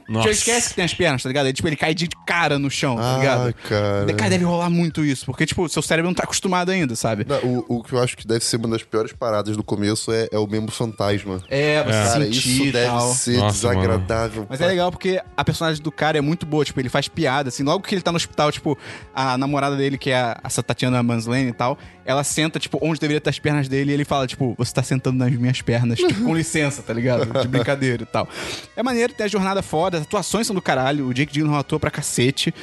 Nossa.
Já esquece que tem as pernas, tá ligado? Aí, tipo, ele cai de cara no chão, tá
Ah,
ligado?
cara.
Cara, deve rolar muito isso, porque, tipo, seu cérebro não tá acostumado ainda, sabe?
Não, o, o que eu acho que deve ser uma das piores paradas do começo é, é o mesmo fantasma.
É, você
Cara,
sentir
isso
e
deve
tal.
ser
Nossa,
desagradável.
Mas é legal porque a personagem do cara é muito boa, tipo, ele faz piada, assim, logo que ele tá no hospital, tipo, a namorada dele, que é a, essa Tatiana Manslane e tal, ela senta, tipo, onde deveria estar as pernas dele e ele fala, tipo, você tá sentando nas minhas pernas, tipo, com licença, tá ligado? De brincadeira e tal. É maneiro, tem a jornada foda, as atuações são do caralho, o Jake Gyllenhaal atua pra cacete.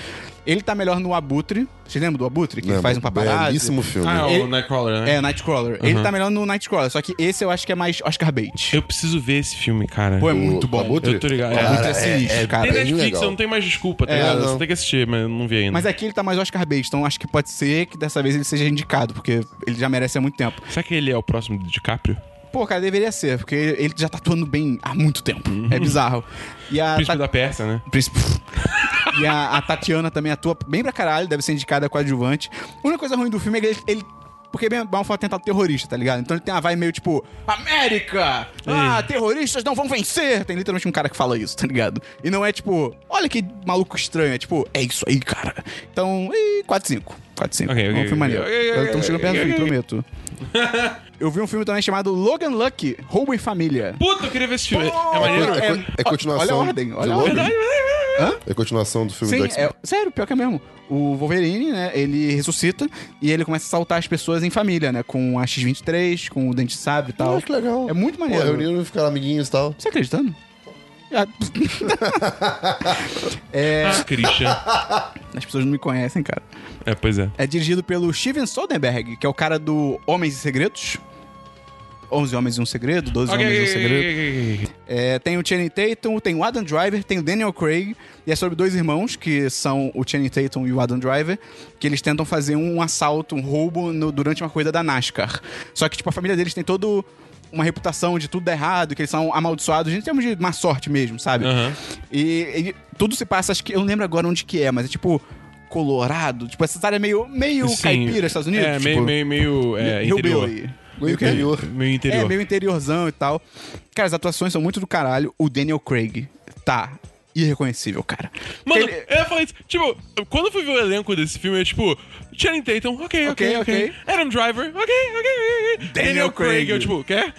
Ele tá melhor no Abutre, vocês lembram do Abutre? Que ele
Lembro,
faz um paparazzo.
Belíssimo filme.
Ah, é
Ele-
o Nightcrawler, né?
É, Nightcrawler. Ele tá melhor no Nightcrawler, só que esse eu acho que é mais Oscar Bait.
Eu preciso ver esse filme, cara.
Pô, é
O-
muito bom.
o Abutre?
Eu tô ligado,
O
é.
Abutre é
Cara,
sinistro, cara.
Tem
bem
Netflix,
legal.
eu não tenho mais desculpa, tá
É,
ligado?
não.
Você tem que assistir, mas eu não vi ainda.
Mas aqui ele tá mais Oscar bait, então acho que pode ser que dessa vez ele seja indicado, porque ele já merece há muito tempo.
Será que ele é o próximo do DiCaprio?
Pô, cara, deveria ser, porque ele já tá atuando bem há muito tempo. É bizarro. E a
Uhum. Príncipe
Ta-
da Pérsia, né?
Príncipe. e a, a Tatiana também atua bem pra caralho, deve ser indicada coadjuvante. A única coisa ruim do filme é que ele. ele- porque bem mal foi um atentado terrorista, tá ligado? Então ele tem uma vai meio tipo, América! Ah, terroristas não vão vencer! Tem literalmente um cara que fala isso, tá ligado? E não é tipo, olha que maluco estranho, é tipo, é isso aí, cara. Então, ih, 4-5. 4-5.
Ok,
é um
ok,
filme maneiro.
ok, ok,
Estamos chegando perto do
ok,
fim,
ok.
prometo. Eu vi um filme também chamado Logan Lucky, Roubo em Família.
Puta, eu queria ver esse filme.
Pô,
é maneiro.
é co- é continuação
Olha a ordem,
de
olha a
Logan?
ordem.
É a continuação do filme
Sim,
do X-Men.
é- sério, pior que é mesmo. O Wolverine, né, ele ressuscita e ele começa a saltar as pessoas em família, né? Com a X-23, com o Dente de Sabre e tal.
Ah, que legal.
É muito maneiro.
Pô, reuniram, ficaram amiguinhos e tal.
Você tá acreditando? Ah, é.
Ah, Christian.
As pessoas não me conhecem, cara.
É, pois é.
É dirigido pelo Steven Soderbergh, que é o cara do Homens e Segredos. 11 Homens e um Segredo, 12 Homens e um Segredo. É, tem o Channing Tatum, tem o Adam Driver, tem o Daniel Craig, e é sobre dois irmãos, que são o Channing Tatum e o Adam Driver, que eles tentam fazer um assalto, um roubo no- durante uma corrida da NASCAR. Só que, tipo, a família deles tem todo uma reputação de tudo dar errado, que eles são amaldiçoados, em termos de má sorte mesmo, sabe?
Aham.
E, e tudo se passa, acho que eu não lembro agora onde que é, mas é tipo Colorado, tipo essa área meio meio
Sim.
um caipira, Estados Unidos,
É,
tipo,
meio, meio, meio é, interior.
hillbilly.
No interior.
Meio interior.
É, meio interiorzão e tal. Cara, as atuações são muito do caralho. O Daniel Craig tá irreconhecível, cara.
Mano,
Ele-
eu ia falar isso. Tipo, quando eu fui ver o elenco desse filme, é tipo, Channing Tatum, ok,
Ok,
ok, ok. Adam Driver, ok, ok, ok, ok.
Daniel Craig.
eu tipo, quer?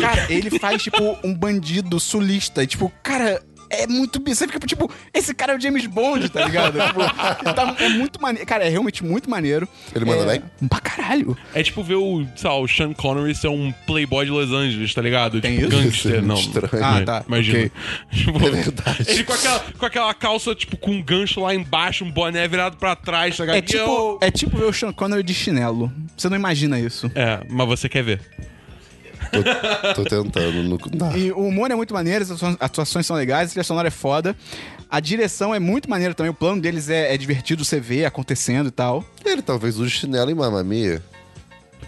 Cara, ele faz, tipo, um bandido sulista. E, tipo, cara, é muito bizarro. Você fica, tipo, esse cara é o James Bond, tá ligado? Tipo, tá- é muito maneiro. Cara, é realmente muito maneiro.
Ele manda
É,
bem?
Pra caralho.
É tipo ver o, sei lá, o Sean Connery ser um playboy de Los Angeles, tá ligado?
Tem
tipo,
isso?
gangster,
Isso é
não.
muito estranho.
Ah, tá,
Imagina.
ok.
Tipo,
É verdade.
Ele com aquela, com aquela calça, tipo, com um gancho lá embaixo, um boné virado pra trás, tá ligado?
É tipo,
Eu-
é tipo ver o Sean Connery de chinelo. Você não imagina isso.
É, mas você quer ver.
Tô, tô tentando. Não, dá.
E o humor é muito maneiro, as atua- atuações são legais, a trilha sonora é foda. A direção é muito maneira também, o plano deles é, é divertido você ver acontecendo e tal.
Ele talvez use chinelo em Mamma Mia.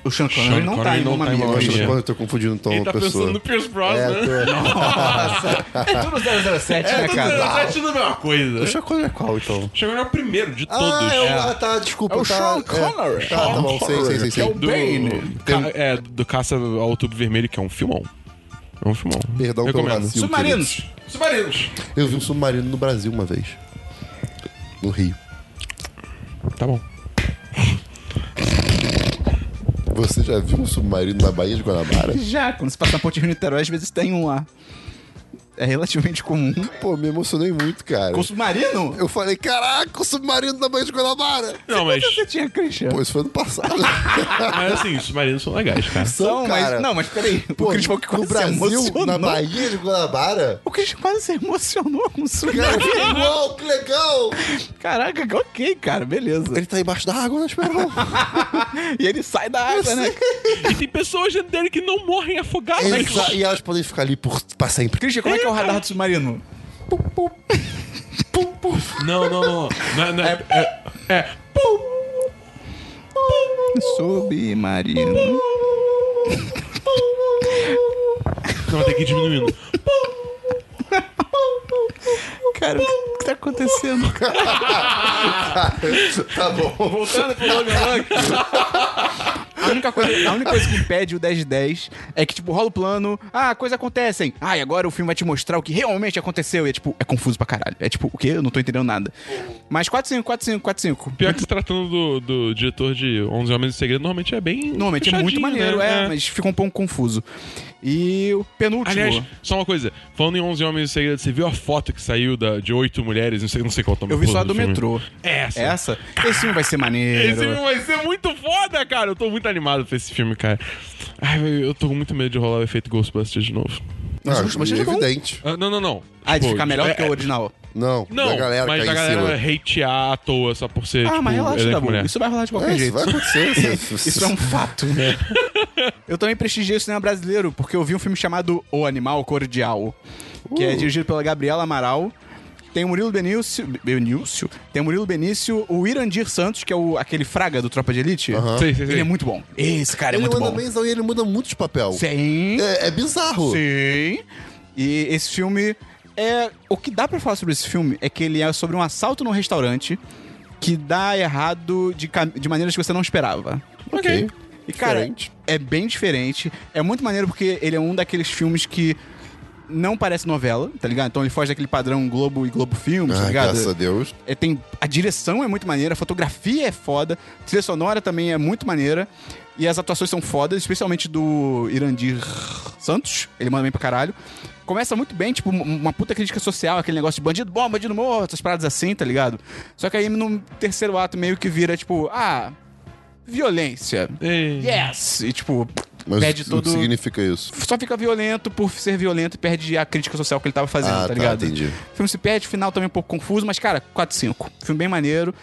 O Sean Connery
Sean
não tá
Connery
em
não
Mamma
tá em
Mia.
Mamma
mas-
Acho
Mia.
que eu tô confundindo então
Ele
uma
tá
pessoa.
pensando no Pierce
é,
Brosnan.
tô...
É tudo 007, né, cara?
É tudo a mesma coisa.
O Sean Connery é qual, então?
Chegou o primeiro de todos.
Ah, é o...
É.
ah, tá, desculpa.
É o
tá,
Sean Connery.
É. Tá, tá bom, sei, sei, sei. um sei.
Do, É Ca- é, do Caça ao Tubo Vermelho, que é um filmão. É um filmão.
Perdão pelo
Recomendo.
vacilo.
Submarinos.
Submarinos.
Eu vi um submarino no Brasil uma vez. No Rio.
Tá bom.
Você já viu um submarino na Baía de Guanabara?
Já, quando você passa na ponte Rio Niterói, às vezes tem um lá. É relativamente comum.
Pô, me emocionei muito, cara.
Com o submarino?
Eu falei, caraca, o submarino na Baía de Guanabara!
Não, mas,
Você tinha, Christian?
Pô, isso foi ano passado.
mas assim, os submarinos são legais, cara.
Não,
um cara.
mas, não, mas peraí. o
Pô,
Christian falou que
no
quase se
Brasil, na
emocionou.
Baía de Guanabara?
O Christian quase se emocionou com o
Cara, que
submarino.
legal, que legal!
Caraca, ok, cara, beleza.
Ele tá embaixo da água, né, Esperão?
E ele sai da água, né?
E tem pessoas dentro dele que não morrem afogadas.
Eles- tá, e elas podem ficar ali por, pra sempre.
Christian, como é que é o radar do submarino?
Não, não, não. Não é- não é- é- é. Pum.
Submarino.
Não, tem que ir diminuindo.
Cara, o que tá acontecendo?
Tá bom.
Voltando pro Logan Luck.
A única, coisa, a única coisa que impede o 10 de 10 é que, tipo, rola o plano, ah, coisas acontecem. Ah, e agora o filme vai te mostrar o que realmente aconteceu. E é, tipo, é confuso pra caralho. É tipo, o quê? Eu não tô entendendo nada. Mas 4-5, 4-5, 4-5.
Pior que se tratando do, do diretor de 11 Homens de Segredo, normalmente é bem.
Normalmente é muito
fechadinho,
maneiro,
né?
é, mas fica um pouco confuso. E o penúltimo.
Aliás, só uma coisa. Falando em 11 Homens de Segredo, você viu a foto que saiu da, de oito mulheres? Não sei, não sei qual é nome
eu vi só a
porra
do
filme.
metrô. É
Essa.
Essa? Esse filme vai ser
Esse
maneiro.
filme é vai ser muito foda, cara. Eu tô muito animado pra esse filme, cara. Ai, velho, eu tô com muito medo de rolar o efeito Ghostbusters de novo.
Mas
Ah,
os Ghostbusters é bom.
evidente.
Ah, não, não, não.
Ah, de
Tipo,
ficar melhor
é-
que o original.
Não,
Não,
da galera
mas
cair
a
em
galera
é
cima.
hatear à toa só por ser,
Ah,
tipo,
mas relaxa,
elenco
tá bom.
mulher.
Isso vai rolar de qualquer
É, isso
jeito.
vai É. acontecer.
Isso é um fato. eu também prestigiei o cinema brasileiro, porque eu vi um filme chamado O Animal Cordial, que
Uh.
é dirigido pela Gabriela Amaral. Tem o Murilo Benício. Benício? Tem o Murilo Benício, o Irandir Santos, que é o, aquele fraga do Tropa de Elite.
Sei, sei, sei.
Ele é muito bom. Esse cara é
Ele
muito
manda
bom.
bem, e ele muda muito de papel.
Sim.
É, é bizarro.
Sim. E esse filme é. O que dá pra falar sobre esse filme é que ele é sobre um assalto num restaurante que dá errado de, cam- de maneiras que você não esperava.
Ok.
E, cara,
Diferente.
é bem diferente. É muito maneiro porque ele é um daqueles filmes que não parece novela, tá ligado? Então ele foge daquele padrão Globo e Globo Filmes, tá
Ah,
ligado?
graças a Deus.
É, tem, a direção é muito maneira, a fotografia é foda, a trilha sonora também é muito maneira. E as atuações são fodas, especialmente do Irandir Santos. Ele manda bem pra caralho. Começa muito bem, tipo, um- uma puta crítica social, aquele negócio de bandido bom, bandido morto, essas paradas assim, tá ligado? Só que aí no terceiro ato meio que vira, tipo, ah, violência.
Ei.
Yes! E tipo,
Mas
perde
o que
todo.
significa isso?
Só fica violento por ser violento e perde a crítica social que ele tava fazendo,
Ah,
tá,
tá,
ligado?
entendi.
O filme se perde, o final também um pouco confuso, mas, cara, 4-5. Filme bem maneiro.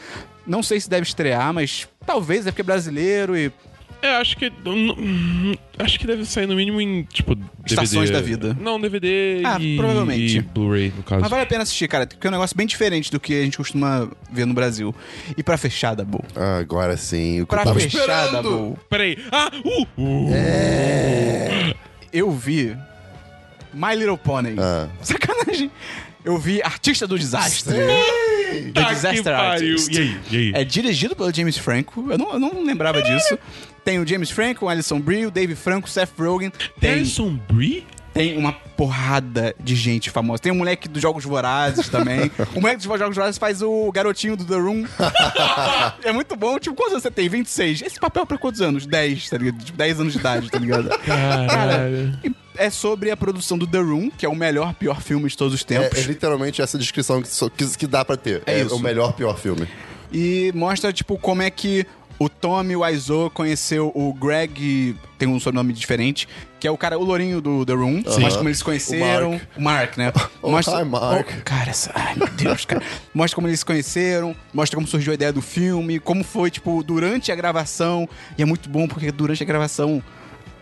Não sei se deve estrear, mas talvez, é porque é brasileiro e
É, acho que. hum, Acho que deve sair no mínimo em, tipo, DVD.
Estações da vida.
Não, DVD
Ah,
e,
provavelmente.
e Blu-ray, no caso.
Mas vale a pena assistir, cara, porque é um negócio bem diferente do que a gente costuma ver no Brasil. E pra fechar, Dabu.
Ah, agora sim. O que
Pra
eu tava
fechar,
esperando.
Dabu,
Peraí. Ah! Uh! uh.
eu vi My Little Pony.
Ah.
Sacanagem. Eu vi Artista do Desastre. The
Tá que
Disaster
pariu.
Artist.
E aí? E aí?
É dirigido pelo James Franco. Eu não, eu não lembrava disso. Tem o James Franco, o Alison Brie, o Dave Franco, o Seth Rogen. Tem,
Harrison Brie?
tem uma porrada de gente famosa. Tem o moleque dos Jogos Vorazes também. o moleque dos Jogos Vorazes faz o garotinho do The Room. é muito bom. Tipo, quantos anos você tem? 26. Esse papel é pra quantos anos? 10, tá ligado? Tipo, 10 anos de idade, tá ligado?
Caralho.
E é sobre a produção do The Room, que é o melhor, pior filme de todos os
É,
tempos.
é literalmente essa descrição que, só- que, que dá pra ter.
É
É,
isso. Tá
o melhor, pior filme.
E mostra, tipo, como é que o Tommy Wiseau conheceu o Greg, tem um sobrenome diferente, que é o cara, o lourinho do The Room. Mostra como eles se conheceram.
O
O Mark,
Mark.
né?
Oh,
Mostra,
hi, Mark.
Oh, cara, essa- ai meu Deus, cara. Mostra como eles se conheceram, mostra como surgiu a ideia do filme, como foi, tipo, durante a gravação. E é muito bom porque durante a gravação.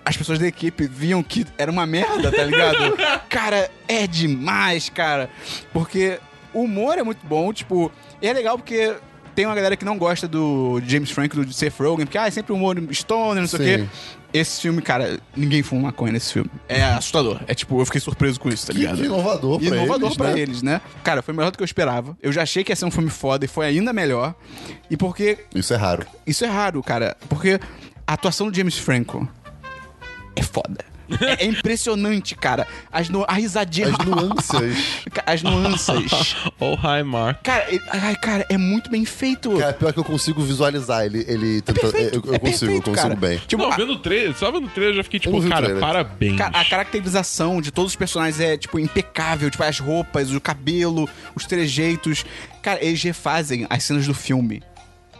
As pessoas da equipe viam que era uma merda, tá ligado? cara, é demais, cara. Porque o humor é muito bom, tipo, e é legal porque tem uma galera que não gosta do James Franco, do Seth Rogen, porque ah, é sempre humor stoner, não sei o quê.
Sim.
Esse filme, cara, ninguém fuma maconha nesse filme. É assustador. É tipo, eu fiquei surpreso com isso, tá
Que,
ligado?
que inovador pra
inovador
eles,
pra
né?
eles, né? Cara, foi melhor do que eu esperava. Eu já achei que ia ser um filme foda e foi ainda melhor. E porque
Isso é raro.
isso é raro, cara, porque a atuação do James Franco é foda. É, é impressionante, cara. As nu- a risadinha.
As nuances.
As nuances.
Oh, hi, Mark.
Cara, ele- ai, cara, é muito bem feito.
Cara, pior que eu consigo visualizar ele, ele tentando.
Perfeito,
eu eu
é
consigo, eu
perfeito,
consigo
cara.
bem.
Tipo,
Não,
a-
vendo o trailer, só vendo o trailer eu já fiquei
Eu
tipo,
não vi o
cara,
trailer.
parabéns.
Ca- A caracterização de todos os personagens é, tipo, impecável. Tipo, as roupas, o cabelo, os trejeitos. Cara, eles refazem as cenas do filme.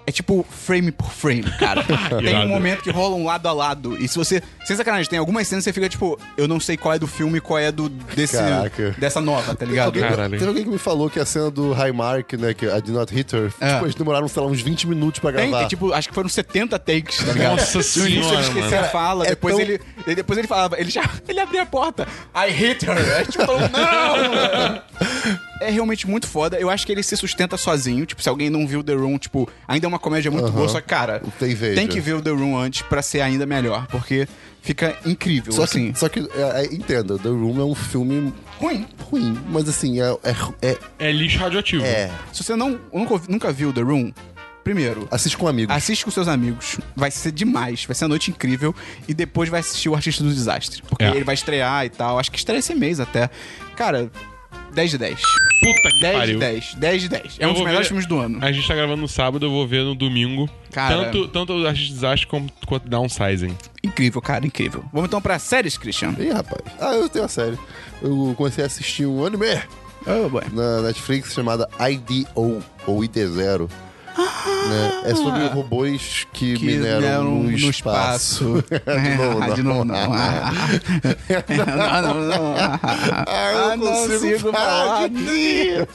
É tipo frame por frame, cara. tem um
Irado.
momento que rola um lado a lado. E se você. Sem sacanagem, tem algumas cenas que você fica tipo, eu não sei qual é do filme e qual é do desse,
Caraca.
dessa nova, tá ligado?
Alguém-
Caralho.
Teve alguém que me falou que a cena do Highmark, né, que é a Did Not Hit Her,
É.
tipo, eles demoraram, sei lá, uns 20 minutos pra
Tem,
gravar.
tem, tipo, acho que foram 70 takes, tá ligado?
Nossa
No início ele
senhora,
esquecia
mano.
a fala,
É
depois,
tão-
ele, ele- depois ele falava, ele já ele abria a porta. I hit her. Aí, tipo, não! É realmente muito foda. Eu acho que ele se sustenta sozinho. Tipo, se alguém não viu The Room, tipo, ainda é uma comédia muito boa, só que, cara,
Tem veja.
que ver o The Room antes pra ser ainda melhor, porque fica incrível,
Só
assim.
que, só que é, é, entenda, The Room é um filme
Ruim.
ruim, mas assim, é. é,
É lixo radioativo.
é, é.
Se você não, nunca, nunca viu The Room, primeiro,
Assiste com amigos.
Assiste com seus amigos. Vai ser demais. Vai ser uma noite incrível. E depois vai assistir o Artista do Desastre. Porque
É.
ele vai estrear e tal. Acho que estreia esse mês até. Cara, 10 de 10.
Puta que
10
pariu.
de 10. 10 de 10. É
Eu
um dos
vou
melhores
ver-
filmes do ano.
A gente tá gravando no sábado, eu vou ver no domingo.
Cara.
Tanto, tanto o Artist Disaster como- quanto Downsizing.
Incrível, cara, incrível. Vamos então pra séries, Christian.
Ih, rapaz. Ah, eu tenho a série. Eu comecei a assistir um anime
Oh, boy.
na Netflix chamada IDO, ou ID0. né? É sobre robôs que,
Ah! Que
mineram,
deram
no,
no
espaço. É,
espaço.
de novo,
Ah,
não.
de novo, não. Ah, não, não, não.
Ah, eu
Ah,
não consigo, parar de rir.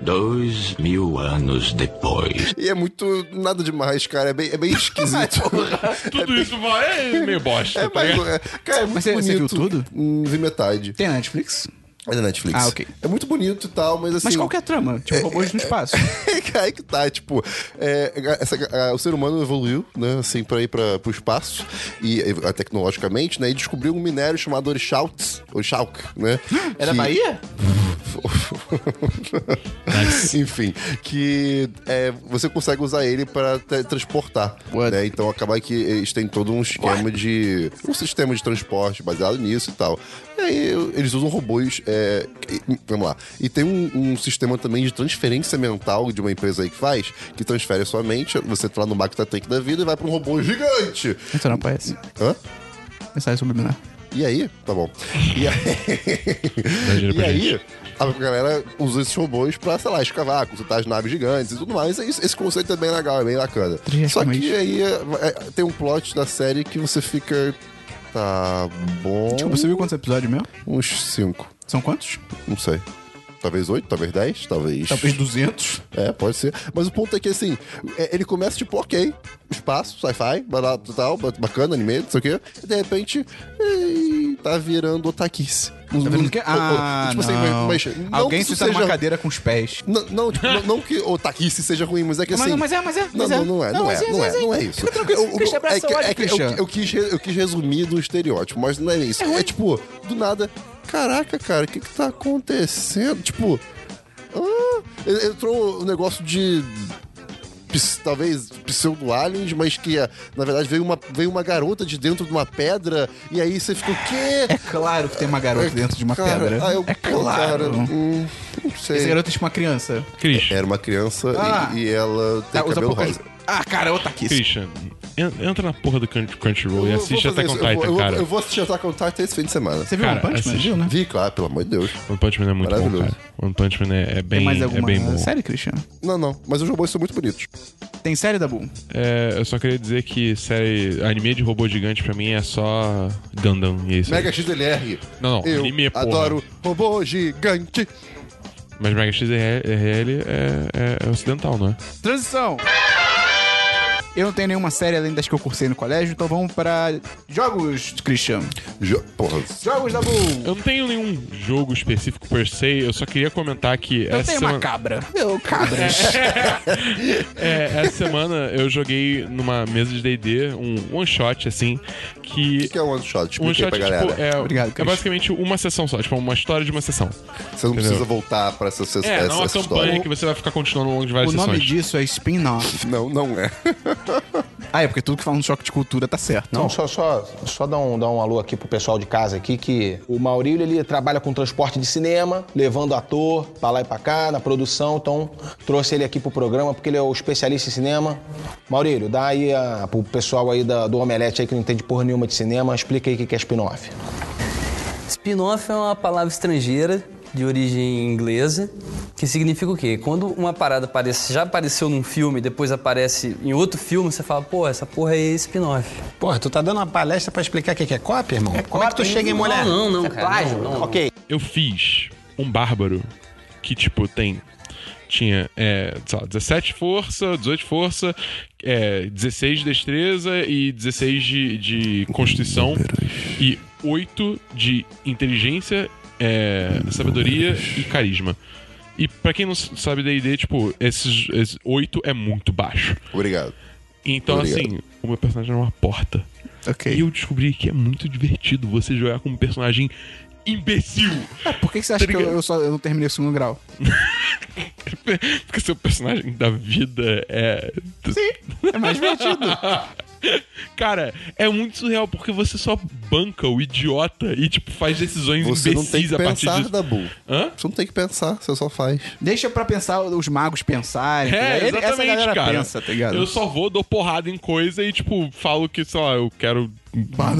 Dois mil anos depois.
E é muito nada demais, cara. É bem, é bem esquisito.
Tudo isso vai- é meio bosta,
é
tá
mais,
ligado?
é, cara, é muito
Mas você- você
bonito.
viu tudo?
Hum, vi metade.
Tem na Netflix?
É da Netflix.
Ah, ok.
É muito bonito e tal, mas assim.
Mas qual que é a trama? Tipo, robôs no espaço.
Aí que tá, tipo, é, essa- a- o ser humano evoluiu, né, assim, pra ir pra, pro espaço, e, e, tecnologicamente, né, e descobriu um minério chamado Orichalk, Orichalk, né?
É da
que-
Bahia?
Enfim, que é, você consegue usar ele para transportar. né? Então acaba que eles têm todo um esquema de. um sistema de transporte baseado nisso e tal. E aí eles usam robôs. é, e- vamos lá. E tem um, um sistema também de transferência mental de uma empresa aí que faz, que transfere a sua mente. Você tá lá no Bactatec da vida e vai para um robô gigante.
Isso Então, não aparece.
Hã?
Mensagem subliminar.
E aí? Tá bom. E aí,
dinheiro
e
pra
aí
gente.
a galera usa esses robôs pra, sei lá, escavar, consertar as naves gigantes e tudo mais. Esse, esse conceito é bem legal, é bem bacana.
Triste,
Só que
realmente.
aí é, é, tem um plot da série que você fica. Tá bom.
Desculpa, você viu quantos episódios mesmo?
Uns cinco.
São quantos?
Não sei. Talvez oito, talvez dez, talvez.
Talvez 200.
É, pode ser. Mas o ponto é que, assim, é- ele começa tipo, ok, espaço, sci-fi, bala- tal, ba- bacana, anime, não sei o quê. E de repente, ei, tá virando otakice.
Tá vendo o quê?
Ou- ou-
Ah, não.
Tipo assim, mas- mas não
Alguém
que isso
se tá numa
seja-
cadeira com os pés.
Não, não, tipo, não, não que otakice seja ruim, mas é que
Mas-
assim...
mas é, mas é,
Não,
mas é.
não, não é, não,
Não,
é,
mas é,
não é,
mas é.
não é isso. Eu- eu-
Christian, abraça
é que-
o ódio,
é que eu-
Christian.
Eu quis re- eu quis resumir do estereótipo, mas não é isso. É tipo, do nada, caraca, cara, o que que tá acontecendo? Tipo... Ah, entrou um negócio de. ps- Talvez pseudo-aliens, mas que eh, na verdade veio uma, veio uma garota de dentro de uma pedra, e aí você fica o
É
quê?
claro que tem uma garota dentro de uma
É, Cara,
pedra.
aí eu-
é claro.
cara, hum, não sei.
Essa garota é tipo uma criança.
Cris,
Era uma criança e-
Ah.
e, ela tem
Tá,
Ah, usa
cabelo
pouca-
rosa.
Ah, cara, eu tá aqui.
Christian, en- entra na porra do Crunch- Crunchyroll e
Eu
assiste
vou fazer
Attack on
isso, eu vou- eu
Titan,
vou-
cara.
Eu vou assistir Attack on Titan esse fim de semana.
Você viu
Cara,
One Punch Man?
assiste.
Viu, né?
Vi, claro, pelo amor de Deus.
One Punch Man é muito bom,
Maravilhoso.
cara. One Punch Man é, é bem,
Tem mais
é
alguma
bem bom.
série, Christian?
Não, não, mas os robôs são muito bonitos.
Tem série da Boom?
É, eu só queria dizer que série anime de robô gigante pra mim é só Gundam e é isso. aí.
Mega XLR.
Não, não,
eu
anime é porra.
adoro robô gigante.
Mas Mega XRL é, é, é ocidental, não é?
Transição! Eu não tenho nenhuma série além das que eu cursei no colégio, então vamos pra jogos, Christian.
Jo- Porra.
Jogos da Boom!
Eu não tenho nenhum jogo específico per se, eu só queria comentar que
Eu
essa
tenho
semana,
uma cabra. Eu, cabras.
é, essa semana eu joguei numa mesa de D&D, um one shot assim, que
O que é um one shot? Explica
um
aí
shot
pra
tipo,
galera.
é,
Obrigado,
é
Christian.
basicamente uma sessão só, tipo uma história de uma sessão.
Você não precisa voltar pra essa, essa,
É,
essa,
não uma
essa
campanha
história.
que você vai ficar continuando ao longo de várias
o nome
sessões.
disso é spin-off.
Não, não é.
Ah, é porque tudo que fala no choque de cultura tá certo.
Não, só, só, só dar, um, dar um alô aqui pro pessoal de casa aqui, que o Maurílio, ele trabalha com transporte de cinema, levando ator pra lá e pra cá, na produção, então trouxe ele aqui pro programa, porque ele é o especialista em cinema. Maurílio, dá aí a, pro pessoal aí da- do Omelete aí que não entende porra nenhuma de cinema, explica aí o que que é spin-off.
Spin-off é uma palavra estrangeira de origem inglesa que significa o quê? Quando uma parada aparece, já apareceu num filme, depois aparece em outro filme, você fala, pô, essa porra aí é spin-off.
Porra, tu tá dando uma palestra pra explicar o que que é cópia, irmão? Como é que tu chega em mulher?
Ah, Não, não, não, cara.
plágio?
não, não.
Ok.
eu fiz um bárbaro que, tipo, tem. Tinha, é, sei lá, 17 força, 18 força, é, 16 de destreza e 16 de, de constituição. E 8 de inteligência, é, sabedoria e carisma. E pra quem não s- sabe D&D, tipo, esses, esses 8 é muito baixo.
Obrigado.
Então,
Obrigado.
assim, o meu personagem era uma porta. E
Ok.
eu descobri que é muito divertido você jogar com um personagem imbecil.
É, Por que, que você acha que eu, eu só eu não terminei o segundo grau?
Porque seu personagem da vida é.
É mais divertido.
Cara, é muito surreal porque você só banca o idiota e, tipo, faz decisões
Você não tem
imbecis
que
a partir
pensar,
disso.
Dabu.
Hã?
Você não tem que pensar, você só faz.
Deixa pra pensar os magos pensarem. tá ligado?
É,
Ele- essa
exatamente,
galera
cara.
pensa, tá ligado?
Eu só vou, dou porrada em coisa e, tipo, falo que, sei lá, eu quero.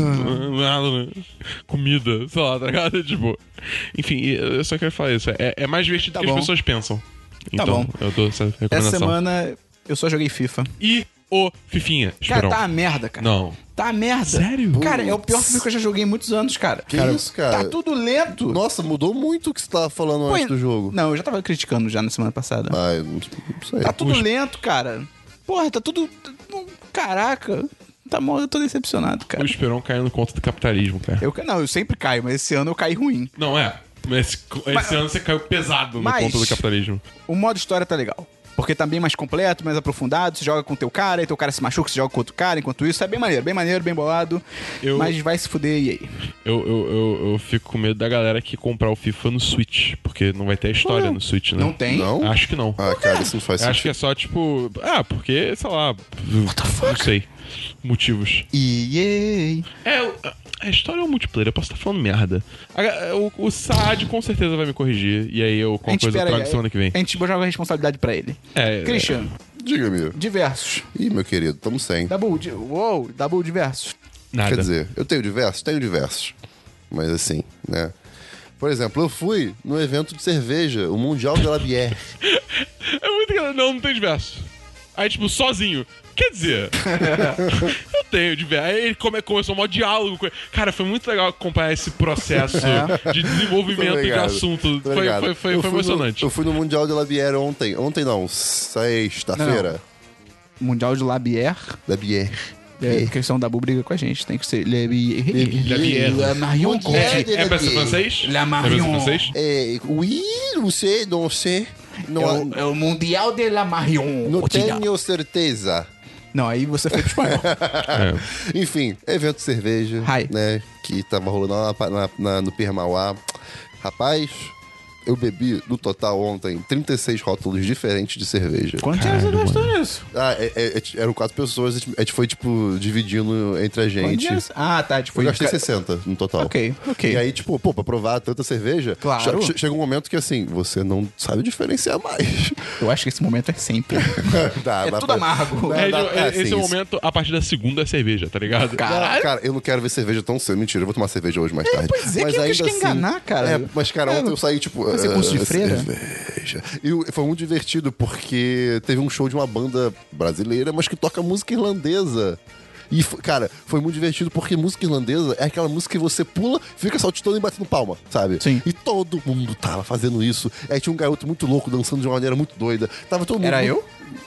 Banana. Comida, sei lá, tá ligado? Tipo. Enfim, eu só quero falar isso. É, é mais divertido
Tá
que
bom.
as pessoas pensam.
Tá
Então,
bom.
eu dou essa recomendação.
Essa semana eu só joguei FIFA.
E o Fifinha.
Cara,
Esperão.
tá uma merda, cara.
Não.
Tá uma merda.
Sério?
Cara, é o pior FIFA que eu já joguei em muitos anos, cara.
Que isso, cara?
Tá tudo lento.
Nossa, mudou muito o que você tava falando
Pô,
antes do jogo.
Não, eu já tava criticando já na semana passada.
Ah, eu não não sei.
Tá tudo lento, cara. Porra, tá tudo. Caraca. Tá mal, eu tô decepcionado,
O
cara.
Esperão caindo conta do capitalismo, cara.
Eu, não, eu sempre caio, mas esse ano eu caí ruim.
Não é. Mas esse, esse ano você caiu pesado no
Mas-
ponto do capitalismo.
O modo história tá legal. Porque tá bem mais completo, mais aprofundado. Você joga com teu cara, e teu cara se machuca, você joga com outro cara. Enquanto isso, é bem maneiro, bem maneiro, bem bolado.
Eu-
Mas vai se fuder, e aí?
Eu, eu, eu, eu fico com medo da galera que comprar o FIFA no Switch, porque não vai ter a história no Switch, né?
Não tem?
Não?
Acho que não.
Ah, cara, isso não faz
Eu acho que
sentido.
é só, tipo... Ah, porque, sei lá... Não sei. Motivos.
EA.
É, o- a história é um multiplayer, eu posso estar falando merda. A- O, o Saad com certeza vai me corrigir, e aí eu,
A
qualquer
gente
coisa eu
espera
trago semana que vem.
A gente joga a responsabilidade pra ele.
É,
Christian,
Diga, meu.
diversos.
Ih, meu querido, tamo sem.
Double, di- uou, double diversos.
Tá nada.
Quer dizer, eu tenho diversos? Tenho diversos. Mas assim, né? Por exemplo, eu fui no evento de cerveja, o Mundial de Labière.
É muito engraçado. Não, não tem diverso. Aí, tipo, sozinho. Quer dizer, eu tenho diverso. Aí ele come- começou um maior diálogo. com ele. Cara, foi muito legal acompanhar esse processo de desenvolvimento de assunto. Foi, foi, foi,
É. Eu
foi
fui no-
emocionante.
eu fui no Mundial de Labière ontem. Ontem não, sexta-feira.
Mundial de Labière.
Labière.
É, porque são da briga com a gente, tem que ser Labière.
Labière.
La Marion
Mundial
Conte.
de
É, é pra ser
Labière.
francês?
La
é pra ser
Marion.
francês?
É, oui, não sei, não sei.
É
Não,
o, é o Mundial de la Marion.
não
Conte.
tenho certeza.
Não, aí você foi pro espanhol.
É. Enfim, evento de cerveja,
Hi.
né? Que tava rolando lá na- na- na- no Permauá. Rapaz, eu bebi no total ontem 36 rótulos diferentes de cerveja.
Quanto tempo você gastou nisso?
Ah, é- é- é- eram quatro pessoas, a gente- a gente foi, tipo, dividindo entre a
Quanto
gente.
dinheiro- Ah, tá, tipo...
Eu gastei
ca-
60 no total.
Ok, ok.
E aí, tipo, pô, pra provar tanta cerveja,
Claro.
che- che- chega um momento que assim, você não sabe diferenciar mais.
Eu acho que esse momento é sempre.
Dá,
É
dá
tudo
pra-
amargo.
dá-
É,
dá-
é, esse
assim,
é o momento, a partir da segunda é cerveja, tá ligado?
Cara,
Cara,
Caralho.
cara, eu não quero ver cerveja tão cedo. Mentira, eu vou tomar cerveja hoje mais tarde.
pois é, quem que quer enganar, cara?
É, mas, cara, ontem eu saí, tipo...
Vai ser curso de
ah,
freira?
Cerveja. E o- foi muito divertido, porque teve um show de uma banda brasileira, mas que toca música irlandesa. E, fo- cara, foi muito divertido porque música irlandesa é aquela música que você pula, fica saltitando e batendo palma, sabe?
Sim.
E todo mundo tava fazendo isso. Aí tinha um garoto muito louco dançando de uma maneira muito doida. Tava todo mundo.
Era eu?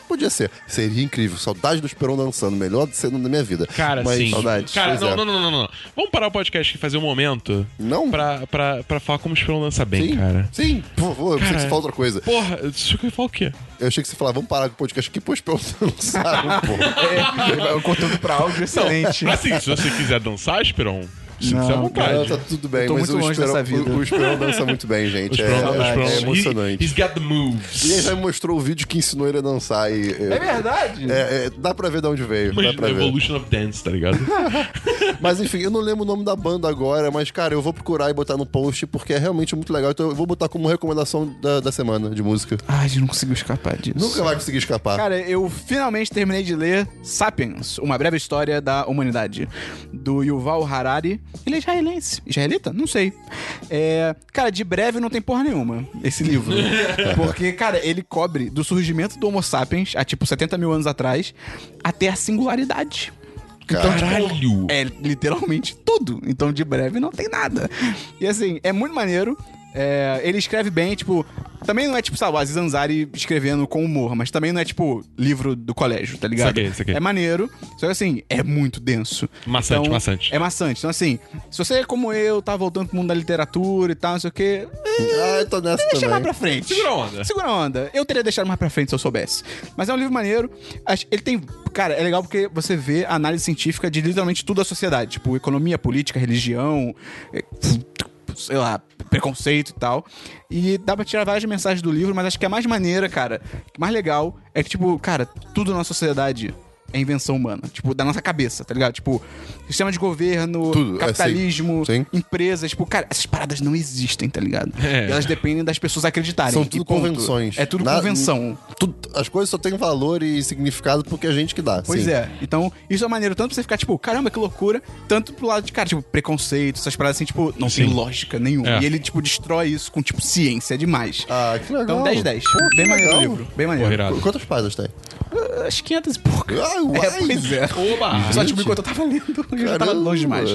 Podia ser. Seria incrível. Saudade do Esperon dançando. Melhor cena da minha vida.
Cara,
Mas-
sim.
Saudades.
Cara,
Pois
não,
é.
não, não, não, não. Vamos parar o podcast e fazer um momento
Não?
pra, pra, pra falar como o Esperão lança bem,
Sim,
cara.
sim, por favor, eu pensei que você
Cara.
falou outra coisa.
Porra, isso que eu ia falar o quê?
Eu achei que você falava, vamos parar com o podcast aqui, pois pelo você não sabe, pô.
É, o conteúdo pra áudio é excelente.
Assim, se você quiser dançar, Esperon, sinta-se à
Não,
Cara,
vontade.
tá tudo bem,
Eu tô
mas
muito
o,
longe
Esperão,
dessa vida.
o, o Esperão dança muito bem,
O
gente. É,
Esperon- o
é-
Esperon-
é
he-
emocionante.
He's got the
E ele
moves.
já me mostrou o vídeo que ensinou ele a dançar e. É,
verdade?
é, é, dá pra ver de onde veio.
Mas
dá pra ver.
Evolution of Dance, tá ligado?
Mas enfim, eu não lembro o nome da banda agora, mas, cara, eu vou procurar e botar no post porque é realmente muito legal. Então eu vou botar como recomendação da, da semana de música.
Ai, a gente não conseguiu escapar disso.
Nunca vai conseguir escapar.
Cara, eu finalmente terminei de ler Sapiens, Uma Breve História da Humanidade, do Yuval Harari. Ele é israelense. Israelita? Não sei. É, cara, de breve não tem porra nenhuma esse livro. Porque, cara, ele cobre do surgimento do Homo sapiens, há tipo 70 mil anos atrás, até a singularidade. Então, tipo,
Caralho!
é literalmente tudo. Então, de breve, não tem nada. E assim, é muito maneiro. É, ele escreve bem, tipo. Também não é tipo, sabe, o Aziz Ansari escrevendo com humor, mas também não é tipo livro do colégio, tá ligado?
Saquei, saquei.
É maneiro, só que assim, é muito denso.
Maçante,
Então,
maçante.
É maçante. Então, assim, se você, como eu, tá voltando pro mundo da literatura e tal, não sei o quê,
Ah, eu tô nessa
Deixa mais
também.
pra frente.
Segura a onda.
Segura a onda. Eu teria deixado mais pra frente se eu soubesse. Mas é um livro maneiro. Acho- Ele tem. Cara, é legal porque você vê a análise científica de literalmente tudo a sociedade. Tipo, economia, política, religião. eh, Sei lá, preconceito e tal. E dá pra tirar várias mensagens do livro, mas acho que a mais maneira, cara, mais legal, é que, tipo, cara, tudo na sociedade é invenção humana. Tipo, da nossa cabeça, tá ligado? Tipo, sistema de governo,
Tudo, é, sim.
capitalismo,
Sim.
empresas. Tipo, cara, essas paradas não existem, tá ligado?
É.
E elas dependem das pessoas acreditarem.
São
E
tudo
ponto.
convenções.
É tudo
Na-
convenção.
Tudo- as coisas só têm valor e significado porque a gente que dá.
Pois
sim.
é. Então, isso é maneiro tanto pra você ficar, tipo, caramba, que loucura, tanto pro lado de cara, tipo, preconceito, essas paradas assim, tipo, não tem
Sim.
lógica nenhuma.
É.
E ele, tipo, destrói isso com, tipo, ciência, é demais.
Ah, que legal.
Então, 10-10.
Pô, que
Bem maneiro o
legal.
livro. Bem
Porra,
maneiro.
Qu-
irado.
Quantas páginas tem?
As 500 e pouco.
Ah, uai.
É, pois é.
Oba!
Só tipo, enquanto eu tava lendo, eu já tava
Caramba.
longe demais.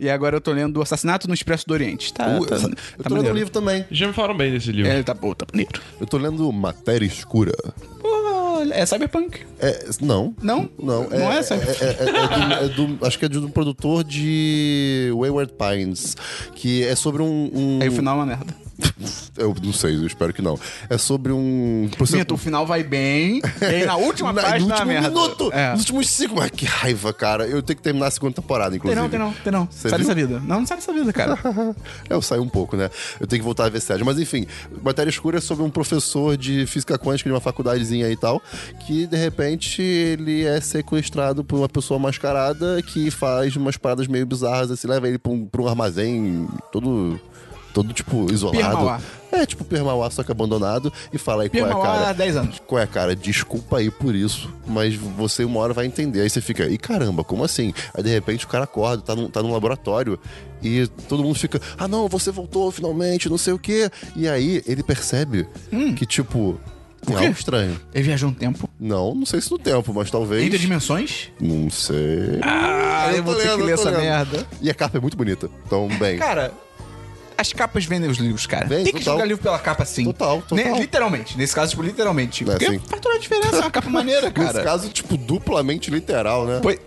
E agora eu tô lendo O Assassinato no Expresso do Oriente. Tá,
Uh,
tá,
essa- eu
tá
tô lendo um
maneiro.
livro também.
Já me falaram bem desse livro.
É, tá, pô, tá maneiro.
Eu tô lendo Matéria Escura.
Pô, é cyberpunk.
É, não.
Não?
Não.
Não é, sabe?
é- é do- é do- Acho que é de um produtor de Wayward Pines, que é sobre um... um-
Aí o final é uma merda.
Eu não sei, eu espero que não. É sobre um. Você-
Minto, o final vai bem. E aí na última
Na-
página,
no
na
último
merda.
minuto!
É.
Nos últimos cinco. Mas que raiva, cara. Eu tenho que terminar a segunda temporada,
Tem
inclusive.
não, tem não, tem não.
Você
Sai
viu?
dessa vida. Não, não sai dessa vida, cara.
É, eu saio um pouco, né? Eu tenho que voltar a ver séries. Mas enfim, Matéria Escura é sobre um professor de física quântica de uma faculdadezinha e tal, que de repente ele é sequestrado por uma pessoa mascarada que faz umas paradas meio bizarras, assim, leva ele pra um, pra um armazém todo. Todo, tipo, isolado.
Permauá.
É, tipo, permauá, só que abandonado. E fala aí, qual é,
Permauá há
cara?
10 anos.
Qual é, cara? Desculpa aí por isso, mas você uma hora vai entender. Aí você fica, e caramba, como assim? Aí de repente o cara acorda, tá num, tá num laboratório e todo mundo fica, ah não, você voltou finalmente, não sei o quê. E aí ele percebe
Hum.
que, tipo, é algo estranho.
Ele viajou um tempo.
Não, não sei se no tempo, mas talvez.
Entre dimensões.
Não sei.
Ah,
eu
eu vou
tô
ter que
lendo,
ler
eu tô
essa
lendo.
merda.
E a capa é muito bonita. Então, bem.
Cara, as capas vendem os livros, cara.
Vende,
Tem que
total.
jogar livro pela capa, sim.
Total, total.
Né? Literalmente. Nesse caso, tipo, literalmente.
É,
Porque
sim.
faz toda a diferença. É uma capa maneira, cara.
Nesse caso, tipo, duplamente literal, né?
Pois-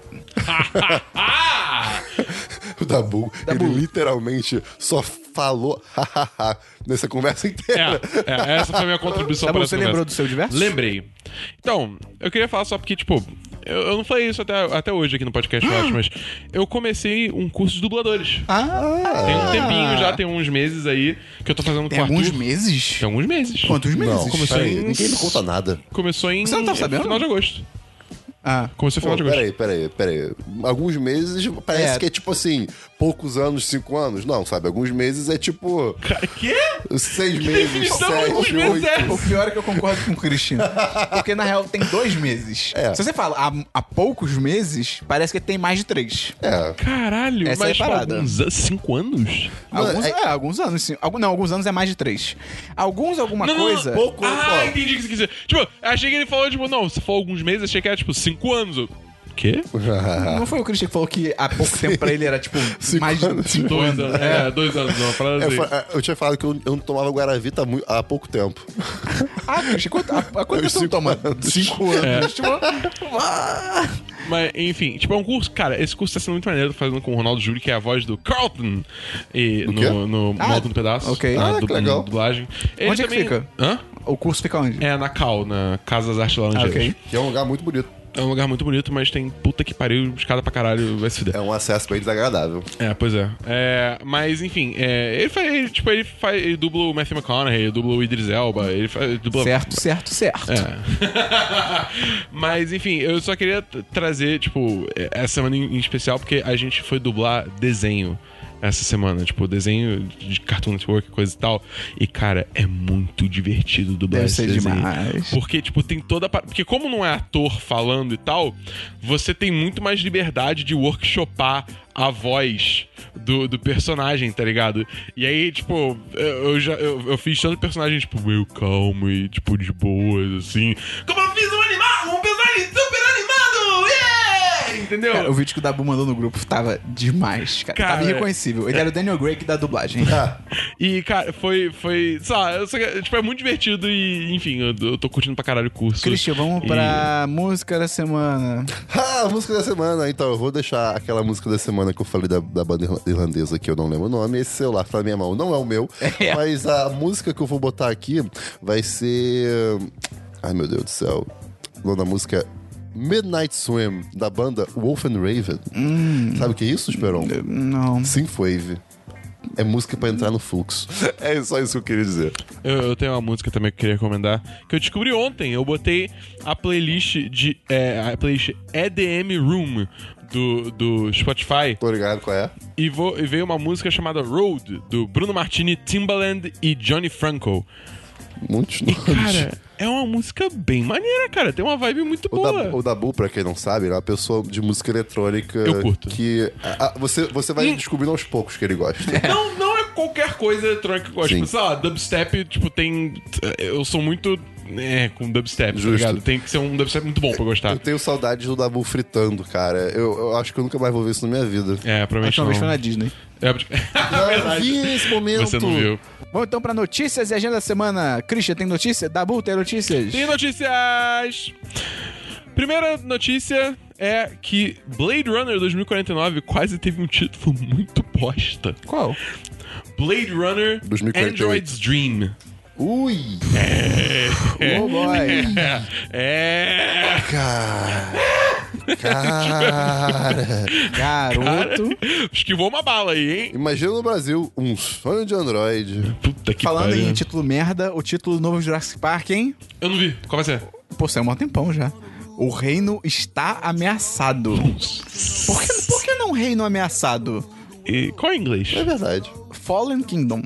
O Dabu, ele literalmente só falou hahaha nessa conversa inteira.
É, é, essa foi a minha contribuição
Tá bom,
para
você
essa
lembrou
conversa.
do seu diverso?
Lembrei. Então, eu queria falar só porque, tipo, eu, eu não falei isso até, até hoje aqui no podcast, eu acho, mas eu comecei um curso de dubladores.
Ah,
Tem um tempinho já, tem uns meses aí que eu tô fazendo
Tem
com o
alguns
Arthur.
meses?
Tem alguns meses.
Quantos meses?
um- Não, assim?
Começou
peraí,
em-
ninguém me conta nada.
Começou em.
Você não tava sabendo?
Final de agosto.
Ah.
Começou
Pô,
final de agosto.
peraí, peraí, peraí. Alguns meses parece
É.
que é tipo assim, poucos anos, cinco anos. Não, sabe? Alguns meses é tipo
Cara, quê?
seis meses,
definição de alguns
sete,
meses
oito.
é?
O pior é que eu concordo com o Cristina. Porque na real tem dois meses.
É.
Se você fala "Ah, há, há poucos meses, parece que tem mais de três.
É.
Caralho,
Essa é
mas
a
é
parada.
alguns an- cinco anos?
Mano,
Alguns,
é-
é... alguns anos, sim. Algum, não, alguns anos é mais de três. Alguns, alguma
Não, não,
coisa.
não.
Pouco,
ah,
pô.
entendi o que você quis dizer. Tipo, achei que ele falou, tipo, não, você falou alguns meses, achei que era, tipo, cinco anos. Eu, Quê?
Não foi o Christian que falou que há pouco tempo pra ele era, tipo, mais
anos.
de cinco
Dois
anos.
anos. É, dois anos, não, parada
Eu,
assim.
fa- eu tinha falado que eu, eu não tomava Guaravita há, mui- há pouco tempo.
Ah, Christian, quanto, há, há quanto
Uns
tempo você não
cinco
toma?
anos.
Cinco
É.
anos. Tipo, ah.
Mas, enfim, tipo, é um curso. Cara, esse curso tá sendo muito maneiro. Tô fazendo com o Ronaldo Júlio, que é a voz do Carlton.
quê?
E no, no
Ah,
Malta no Pedaço.
ok.
na
Ah, que legal.
na dublagem. Ele
Onde é que fica?
Hã?
o curso fica onde?
É na Cal, na Casa das Artes Laranjeiras.
Ah, ok.
Que é um lugar muito bonito.
É um lugar muito bonito, mas tem puta que pariu, escada pra caralho, vai se fuder.
É um acesso bem desagradável.
É, pois é. É, mas, enfim, é, ele faz, ele, tipo, ele faz, ele dubla o Matthew McConaughey, ele dubla o Idris Elba, ele faz, ele dubla...
Certo, certo, certo.
É. mas, enfim, eu só queria t- trazer, tipo, é, essa semana em em especial, porque a gente foi dublar desenho essa semana, tipo, desenho de Cartoon Network, coisa e tal. E, cara, é muito divertido dublar
Deve
esse
ser
desenho.
demais.
Porque, tipo, tem toda a par- Porque como não é ator falando e tal, você tem muito mais liberdade de workshopar a voz do, do personagem, tá ligado? E aí, tipo, eu, eu já eu, eu fiz tanto personagem, tipo, meio calmo e, tipo, de boas, assim. Como eu fiz um animal, um personagem super animado! Yeah! Entendeu?
Cara, o vídeo que o Dabu mandou no grupo tava demais, cara.
Cara,
tava irreconhecível. Ele era o Daniel Gray que dá dublagem.
E, cara, foi. foi sei lá, eu só que- tipo, é muito divertido e, enfim, eu, eu tô curtindo pra caralho o curso.
Christian, vamos
E-
pra música da semana.
Ah, música da semana. Então, eu vou deixar aquela música da semana que eu falei da, da banda irla- irlandesa que eu não lembro o nome. Esse celular tá na minha mão. Não é o meu.
É.
Mas a música que eu vou botar aqui vai ser. Ai, meu Deus do céu. O nome da música é Midnight Swim, da banda Wolf and Raven. Sabe o que é isso, Esperon?
Não.
Synthwave. É música pra entrar no fluxo. É só isso que eu queria dizer.
Eu, eu tenho uma música também que eu queria recomendar. Que eu descobri ontem. Eu botei a playlist de. É, a playlist EDM Room do, do Spotify.
Tô ligado qual é?
E, vou, e veio uma música chamada Road, do Bruno Martini, Timbaland e Johnny Franco.
Muitos
E,
nomes.
cara, é uma música bem maneira, cara. Tem uma vibe muito
O,
boa.
Dabu- o Dabu, pra quem não sabe, ele é uma pessoa de música eletrônica.
Eu curto.
Que a- a- você, você vai descobrindo aos poucos que ele gosta.
Não, não é qualquer coisa eletrônica que eu gosto.
Sim.
Tipo, sei lá, dubstep, tipo, tem. Eu sou muito. É, com dubstep,
Justo.
tá ligado? Tem que ser um dubstep muito bom pra eu gostar.
Eu tenho saudades do Dabu fritando, cara. Eu, eu acho que eu nunca mais vou ver isso na minha vida.
É,
A
um
provavelmente
última vez foi na
não.
Disney.
É,
Eu vi esse momento.
Você não viu.
Vamos então pra notícias e agenda da semana. Christian, tem notícia? Dabu, tem notícias?
Tem notícias! Primeira notícia é que Blade Runner 2049 quase teve um título muito bosta.
Qual?
Blade Runner
2048.
Android's Dream.
Ui!
Oh, boy.
É.
Cara!
Garoto.
Esquivou uma bala aí, hein?
Imagina no Brasil um sonho de Android.
Puta que
Falando
pariu.
em título merda, o título novo de Jurassic Park, hein?
Eu não vi. Qual vai ser?
Pô, saiu um tempão já. O reino está ameaçado. Por que, por que não reino ameaçado?
E qual é em inglês?
É verdade.
Fallen Kingdom.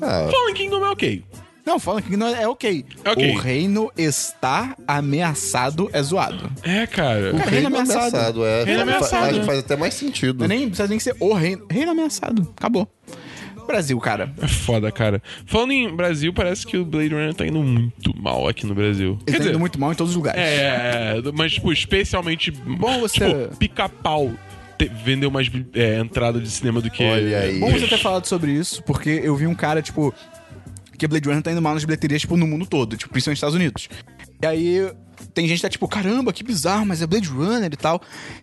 Ah,
Fallen Kingdom é ok.
Não, Fallen Kingdom é ok.
É ok.
O reino está ameaçado é zoado.
É, cara.
o
Cara,
reino
reino ameaçado.
ameaçado, é.
Reino
Fa-
ameaçado.
Faz, faz até mais sentido.
Não é nem precisa nem ser o reino. Reino ameaçado. Acabou. Brasil, cara. tá
É foda, cara. Falando em Brasil, parece que o Blade Runner tá indo muito mal aqui no Brasil.
Ele
Quer
tá
dizer,
indo muito mal em todos os lugares.
É, mas, tipo, especialmente. Bom
você-
Tipo, pica-pau te- vendeu mais é, entrada de cinema do que.
Olha aí.
É Bom você ter falado sobre isso, porque eu vi um cara, tipo, que Blade Runner tá indo mal nas bilheterias, tipo, no mundo todo, tipo, principalmente nos Estados Unidos. E aí tem gente que tá tipo, caramba, que bizarro, mas é Blade Runner e tal.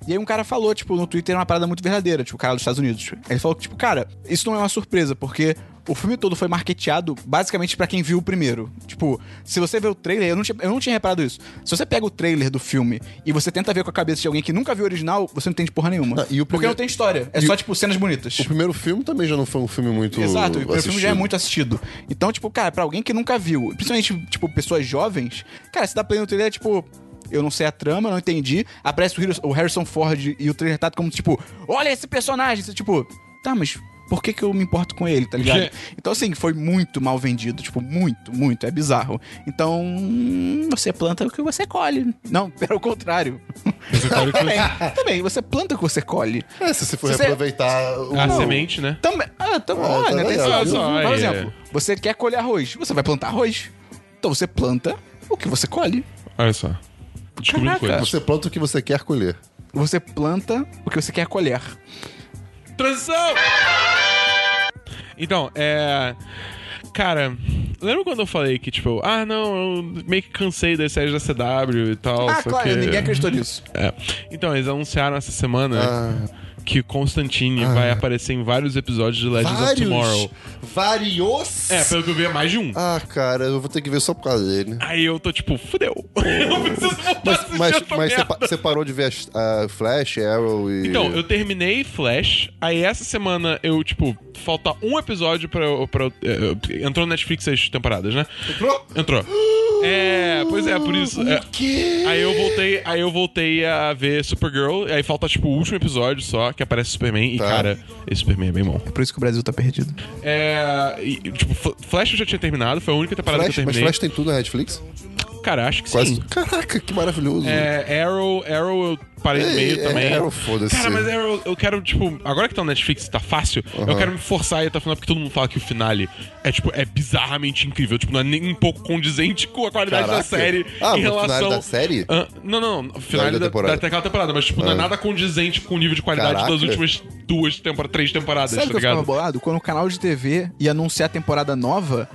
E aí um cara falou, tipo, no Twitter uma parada muito verdadeira, tipo, o cara dos Estados Unidos. Ele falou que, tipo, cara, isso não é uma surpresa, porque o filme todo foi marketeado basicamente pra quem viu o primeiro. Tipo, se você vê o trailer, eu não, tinha, eu não tinha reparado isso. Se você pega o trailer do filme e você tenta ver com a cabeça de alguém que nunca viu o original, você não entende porra nenhuma.
Ah, e o
Porque
primeiro-
não tem história, é
e
só,
o-
tipo, cenas bonitas.
O primeiro filme também já não foi um filme muito.
Exato, e o filme já é
assistido.
muito assistido. Então, tipo, cara, pra alguém que nunca viu, principalmente, tipo, pessoas jovens, cara, você tá playando o trailer, é tipo. Eu não sei a trama, não entendi. Aparece o Harris- o Harrison Ford e o trailer tá como tipo, olha esse personagem. Você, tipo, tá, mas por que, que eu me importo com ele, tá ligado?
É.
então, assim, foi muito mal vendido. Tipo, muito, muito. É bizarro. Então, hum, você planta o que você colhe. Não, pelo contrário. É, também, você planta o que você colhe.
É, se você for
Se você- Ah, é
reaproveitar o.
A semente, né?
Também. Ah, tá bom.
Ah, tá
olha, tem
legal.
essa-
Só,
Por
é.
exemplo, você quer colher arroz, você vai plantar arroz. Então você planta o que você colhe.
Olha só. Descobrindo
Caraca.
coisas.
Você planta o que você quer colher.
Você planta o que você quer colher.
Transição! Então, é. Cara, lembra quando eu falei que, tipo, ah, não, eu meio que cansei das séries da CW e tal.
ah,
só
claro,
que...
ninguém acreditou nisso.
É. Então, eles anunciaram essa semana que Constantine vai aparecer em vários episódios de Legends of Tomorrow.
Vários?
É, pelo que eu vi, é mais de um.
Ah, cara, eu vou ter que ver só por causa dele, né?
Aí eu tô tipo, fudeu. eu preciso voltar a
Mas,
assistir
mas,
essa
mas você,
merda.
pa- você parou de ver as- a Flash, Arrow e.
Então, eu terminei Flash, aí essa semana eu, tipo, falta um episódio pra. eu- pra eu- eh, eu- entrou no Netflix as temporadas, né? Entrou? Entrou. É, pois é, por isso. é. Aí eu voltei, aí eu voltei a ver Supergirl, aí falta, tipo, o último episódio só, que aparece Superman, e,
Tá.
cara, esse Superman é bem bom.
É por isso que o Brasil tá perdido.
É. e, tipo, F- Flash eu já tinha terminado, foi a única temporada
Flash,
que eu
mas
terminei.
Flash tem tudo na Netflix?
Cara, acho que
Quase.
sim.
Caraca, que maravilhoso.
É, Arrow, Arrow eu parei no
Ei,
meio
é,
também.
Arrow, foda-se.
Cara, mas Arrow, eu quero, tipo, agora que tá no Netflix tá fácil, eu quero me forçar a ir até o final, porque todo mundo fala que o finale é, tipo, é bizarramente incrível. Tipo, não é nem um pouco condizente com a qualidade da
Caraca.
série
Ah,
em
no
relação.
finale da série?
Ah, não, não, não. Finale
da
da,
temporada. Ah.
da, daquela temporada, mas, tipo, não é nada condizente com o nível de qualidade
Caraca.
das últimas duas temporadas, três temporadas,
Sabe o
tá
que eu ficava
ligado?
bolado? Quando o canal de TV ia anunciar a temporada nova,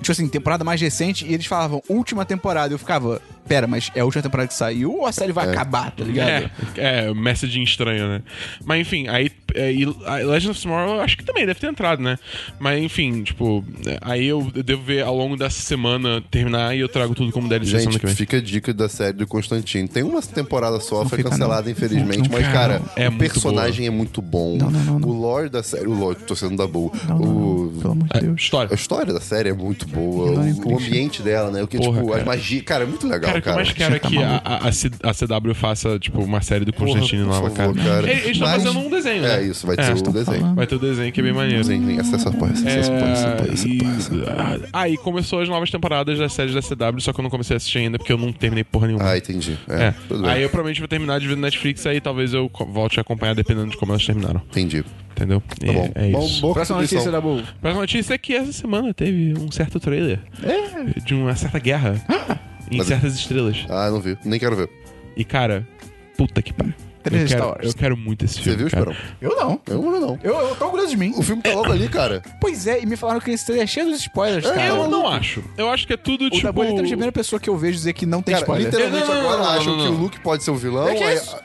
tipo assim, temporada mais recente, e eles falavam última temporada. Eu ficava, pera, mas é a última temporada que saiu ou a série vai acabar, tá ligado?
É, é, messaging estranho, né? Mas enfim, aí é, e a Legend of Tomorrow eu acho que também deve ter entrado, né? Mas enfim, tipo, é, aí eu devo ver ao longo dessa semana terminar e eu trago tudo como DLC semana que
Gente,
vem.
fica a dica da série do Constantine. Tem uma temporada só, foi
fica,
cancelada,
não.
infelizmente.
Não,
mas, cara,
É
o
muito
personagem é muito bom.
Não, não, não, não.
O lore da série. O lore, tô sendo da boa.
Não, não,
o...
não, pelo amor de Deus.
História.
A história da série é muito boa.
Não, um nem
O,
acredito.
o ambiente dela, né? O que,
Porra,
tipo,
cara.
as magias. Cara, é muito legal, cara.
Cara, o que eu mais quero é
tá
que a, a, a C- a CW faça, tipo, uma série do Constantine
por
nova, cara.
favor, cara.
Eles estão
Mas-
fazendo um desenho, né?
É isso, Uhum. vai ter
É.
o desenho.
Vai ter o desenho que é bem maneiro.
Desenho, vem, acessa a porra, acessa a porra, acessa a porra, acessa a porra, acessa a porra.
É, ah, aí começou as novas temporadas das séries da CW, só que eu não comecei a assistir ainda porque eu não terminei porra nenhuma.
Ah, entendi. É,
É.
tudo bem.
Aí eu provavelmente vou terminar de ver no Netflix, aí talvez eu co- volte a acompanhar dependendo de como elas terminaram.
Entendi.
Entendeu?
Tá bom.
É, é
Bom,
isso.
boa
Próxima notícia,
contribuição.
Dabu.
Próxima notícia é que essa semana teve um certo trailer de uma certa guerra em certas estrelas.
Ah, não vi. Nem quero ver.
E cara, puta que pariu. Eu
3 Star
quero,
Wars.
eu quero muito esse
Você
filme.
viu,
cara.
Esperão?
Eu não.
Eu não, não.
Eu, eu tô orgulhoso de mim.
O filme tá logo ali, cara.
Pois é, e me falaram que esse trailer é cheio dos spoilers, cara.
Eu não acho. Eu acho que é tudo
O
tipo.
Dabu é a primeira pessoa que eu vejo dizer que não tem
Cara,
spoiler.
literalmente
Não, não, não,
agora
não, não,
acham
não, é
que o
não.
Luke pode ser o vilão.
que
aí- É,
isso?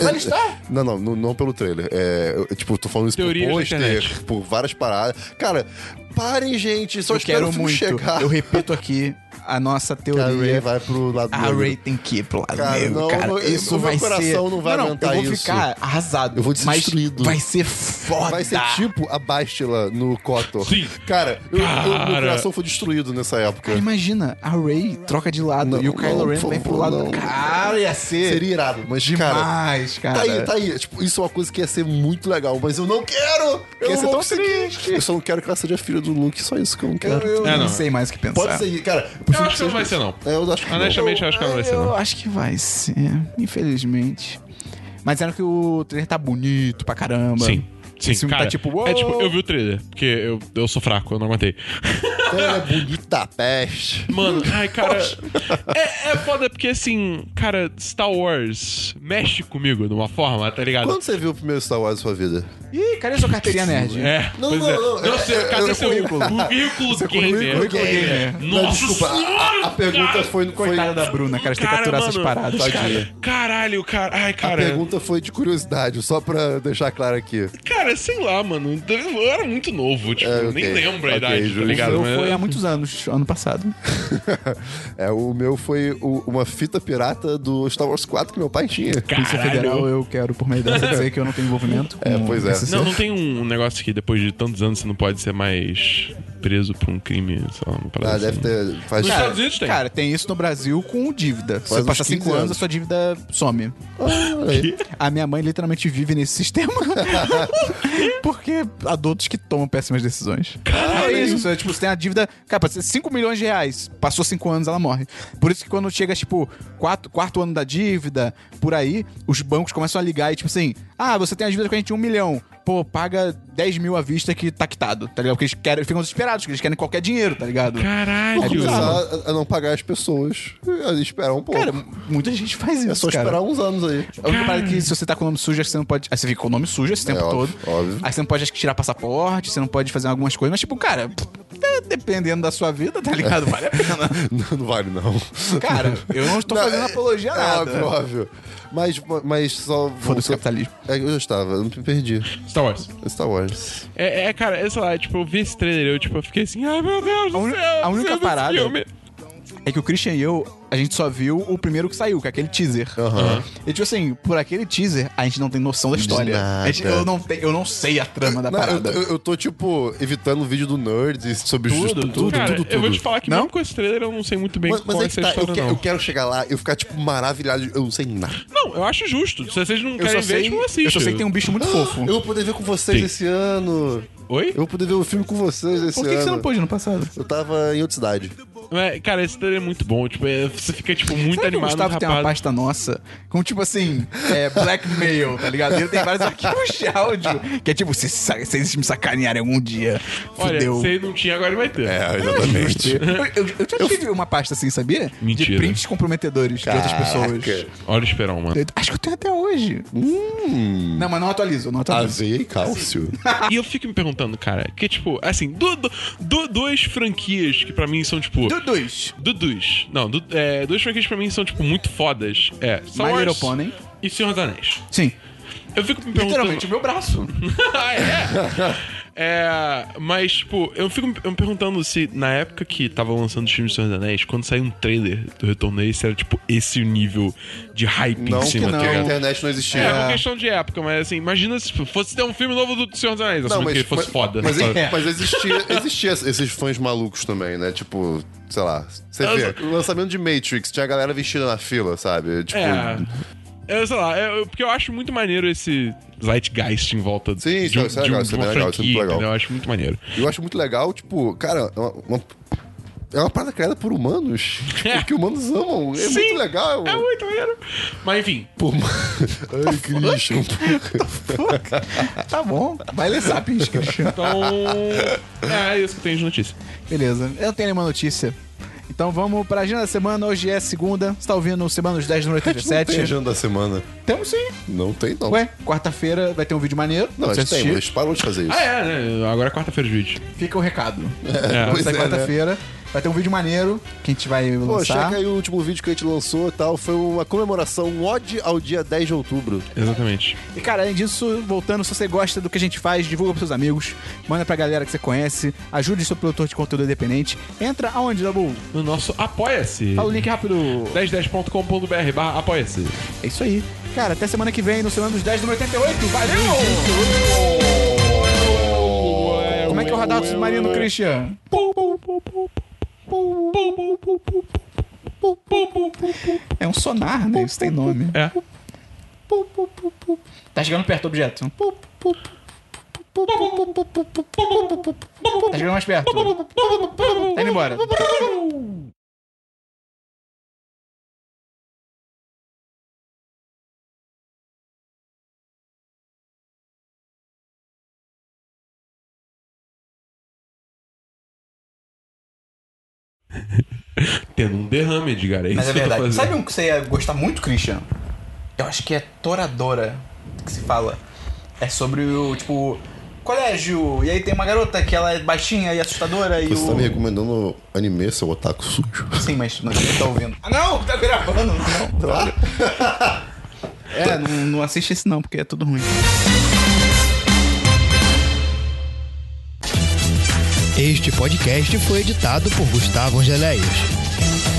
Mas ele está?
Não, não, não, não pelo trailer. É, eu, tipo, tô falando isso
Teorias
por
da
pôster,
internet.
por várias paradas. Cara, parem, gente. Só
Eu
espero
quero
o filme
muito.
chegar.
Eu repito aqui a nossa
Que a Ray
teoria.
vai pro lado
Ah,
A
negro.
Ray tem que ir pro lado
Cara,
negro,
não,
cara.
não, eu-
isso
o meu
vai
coração
ser...
não vai aguentar
eu vou
isso.
ficar arrasado.
Eu vou ser
mas
destruído.
Vai ser foda.
Vai ser tipo a Bastila no Kotor.
Sim.
Cara, eu- eu- meu
Cara.
coração foi destruído nessa época.
Cara, imagina, a Ray troca de lado
Não,
e o
não,
Kylo Ren
por
vem pro
favor,
lado.
não.
Cara, ia ser.
Seria irado, mas, cara...
demais,
Tá
cara.
aí, tá aí. Tipo, isso é uma coisa que ia ser muito legal, mas eu não quero!
Ia ser
Eu não vou
tão
conseguir.
triste.
Eu só não quero que ela seja filha do Luke, só isso que eu não
Eu,
quero.
eu
É,
não.
não.
sei mais o que pensar.
Pode ser, cara.
Eu acho que não vai ser, não.
É, eu acho que não.
Honestamente, eu acho que ela não vai ser,
Eu
não.
acho que vai ser, infelizmente. Mas disseram que o trailer tá bonito pra caramba.
Sim. Sim,
Esse filme
cara.
tá tipo, uou.
É tipo, eu vi o trailer, porque eu, eu sou fraco, eu não aguentei.
Ela é bonita peste.
Mano, ai, cara. É, é foda porque, assim, cara, Star Wars mexe comigo de uma forma, tá ligado?
Quando você viu o primeiro Star Wars da sua vida?
Ih, cadê a sua carteirinha nerd?
É,
Não,
pois
não,
é.
não, é,
sei,
é,
cadê
é,
seu
currículo.
currículo?
Seu
gamer?
currículo gamer.
né? Nossa
Não, desculpa, a-
senhora,
a, a pergunta
cara.
foi... foi
Coitada da
né,
Bruna, cara, de ter que
Cara,
capturar essas
mano,
paradas.
Tadinha.
Caralho, cara. Ai,
A
cara.
pergunta foi de curiosidade, só pra deixar claro aqui.
Cara, sei lá, mano. Eu era muito novo, tipo,
É,
eu
ok.
nem lembro a
Ok,
idade,
justo.
tá ligado?
Eu
Mas-
foi há muitos anos, ano passado.
É, o meu foi o- uma fita pirata do Star Wars 4 que meu pai tinha.
Polícia
Caralho.
Federal, eu quero, por meio dessa, dizer que eu não tenho envolvimento.
É,
com
pois é.
PCC.
Não, não tem um negócio que depois de tantos anos você não pode ser mais preso por um crime, sei lá, uma parada
Ah, deve
assim, né?
ter. Faz
Nos Estados Unidos tem.
Cara, tem isso no Brasil com dívida. Se
Faz
você
uns
passar
15
5 anos,
anos.
a sua dívida some. A minha mãe literalmente vive nesse sistema. Porque adultos que tomam péssimas decisões. é isso. Você, tipo, você tem a dívida. Cara, pode ser 5 milhões de reais. Passou 5 anos, ela morre. Por isso que quando chega, tipo, quatro, quarto ano da dívida, por aí, os bancos começam a ligar e, tipo assim, ah, você tem a dívida com a gente de 1 milhão. Pô, paga 10 mil à vista que tá quitado, tá ligado? Porque eles querem, ficam desesperados, que eles querem qualquer dinheiro, tá ligado?
É,
Caralho.
começar a, a não pagar as pessoas. A esperar um pouco.
Cara, muita gente faz isso.
é só
cara.
esperar uns anos aí.
A única parada é que se você tá com o nome sujo, acho que você não pode. Aí você fica com o nome sujo esse tempo
óbvio,
todo.
óbvio.
Aí você não pode acho que tirar passaporte, você não pode fazer algumas coisas, mas tipo, cara, é, dependendo da sua vida, tá ligado? Vale a pena.
Não, não vale, não.
Cara, eu não estou
Não,
fazendo
é-
apologia a
é
nada.
Óbvio, óbvio. Mas, mas só.
Foda-se o capitalismo.
É, eu já estava, eu me perdi.
Star Wars.
Star Wars.
É, é, cara, é, sei lá, tipo, eu vi esse trailer eu, tipo, eu fiquei assim, ai meu Deus
A
do
uni-
céu.
a
eu
única
sei desse
parada-
filme.
É que o Christian e eu, a gente só viu o primeiro que saiu, que é aquele teaser. E tipo assim, por aquele teaser, a gente não tem noção da história.
nada.
A gente- eu, não te- eu não sei a trama da
Não, eu,
parada.
eu- eu tô, tipo, evitando o vídeo do Nerd sobre
Tudo,
justo-
tudo,
Cara,
tudo, tudo.
eu vou te falar que
Não?
mesmo com esse trailer eu não sei muito bem
Mas, mas
qual
é
é
que
essa
tá, eu,
história,
que-
não.
eu quero chegar lá, eu ficar, tipo, maravilhado. Eu não sei nada.
Não, eu acho justo. Se vocês não
Eu só,
querem ver,
sei,
tipo, assiste.
eu só sei que tem um bicho muito fofo.
Eu vou poder ver com vocês
Sim.
esse ano.
Oi?
Eu vou poder ver o filme com vocês esse
Por
ano.
que, que você não pôde no passado?
Eu tava em outra cidade.
É, Cara, esse trailer é muito bom. Tipo, é, você fica, tipo, muito
Será que o
animado.
Gustavo tem uma
rapaz.
pasta nossa com tipo assim, é, blackmail, tá ligado? Ele tem vários arquivos de áudio que é tipo, se sa- se eles me sacanearem algum dia,
Olha,
fudeu.
se não tinha, agora vai ter.
É, exatamente.
Eu, eu- eu já tive uma pasta assim, sabia? De
Mentira.
prints comprometedores de outras pessoas.
Olha o Esperão, mano.
Eu- acho que eu tenho até hoje. Não, mas não atualizo, não atualizo.
Aveia e cálcio.
E eu fico me perguntando, cara, que tipo, assim, du, du, du- duas franquias que pra mim são tipo.
Dudus.
Dudus. Não, du, é, duas franquias que pra mim são tipo muito fodas. É, Star
My
Wars
Little Pony.
e Senhor dos Anéis.
Sim.
Eu fico me
Literalmente, o
perguntando.
meu braço.
Ah, é. é. Mas, tipo, eu fico me- eu me perguntando se na época que tava lançando os filmes do Senhor dos Anéis, quando saiu um trailer do Retorno a Esse, era tipo esse o nível de hype
Não
em
que
cima,
não,
tá
a
ligado?
internet não existia.
É, é uma questão de época, mas assim, imagina se fosse ter um filme novo do Senhor dos Anéis,
Não,
assim, que fosse foda.
Mas, é,
sabe?
mas existia, existia esses fãs malucos também, né? Tipo, sei lá. Você vê, o lançamento de Matrix, tinha a galera vestida na fila, sabe? Tipo,
É. Eu sei lá, é, eu- eu- porque eu acho muito maneiro esse Zeitgeist em volta um,
Sim, isso é- isso é legal, isso é bem legal, isso é muito legal.
entendeu? Eu acho muito maneiro.
eu acho muito legal, tipo, cara, é uma, uma- é uma parada criada por humanos. Tipo,
É.
Que humanos amam. É
Sim,
muito legal.
É muito maneiro. Mas enfim,
Por... Ai, Christian.
tá bom. Vai ler sapiens, Christian.
então. é isso que eu tenho de notícia.
Beleza. Eu não tenho nenhuma notícia. Então vamos pra agenda da semana. Hoje é segunda. Você tá ouvindo o Semana dos 10, número
A gente não tem
87.
agenda da semana.
Temos sim.
Não tem, não.
Ué, quarta-feira vai ter um vídeo maneiro.
Não, a
pra
gente
você
tem, mas
assistir.
eles param de fazer isso.
Ah, é, né? Agora é quarta-feira de vídeo.
Fica o recado.
É.
Vai
Pois
sair
é, né?
quarta-feira. Vai ter um vídeo maneiro que a gente vai
Pô,
lançar.
checa aí o último vídeo que a gente lançou e tal. Foi uma comemoração, um ode ao dia 10 de outubro.
Exatamente.
E, cara, além disso, voltando, se você gosta do que a gente faz, divulga pros seus amigos, manda pra galera que você conhece, ajude seu produtor de conteúdo independente. Entra aonde, Dabu?
No nosso Apoia-se.
Fala o link rápido.
1010.com.br barra apoia-se.
É isso aí. Cara, até semana que vem, no Semana dos 10, número 88. Valeu! Como é que é o radar do submarino, Christian? É um sonar, né? Isso tem nome.
É.
Tá chegando perto do objeto. Tá chegando mais perto. Tá indo embora.
Tendo um derrame, Edgar. É isso
Mas é
que eu tô
verdade.
fazendo.
Sabe um que você ia gostar muito, Christian? Eu acho que é Toradora que se fala. É sobre o, tipo, colégio. E aí tem uma garota que ela é baixinha e assustadora e
Você tá
o...
me recomendando anime, seu otaku sujo.
Sim, mas não tá ouvindo. Ah, não! Tá gravando! Não, droga.
É, não, não assiste esse não, porque é tudo ruim.
Este podcast foi editado por Gustavo Angeléias.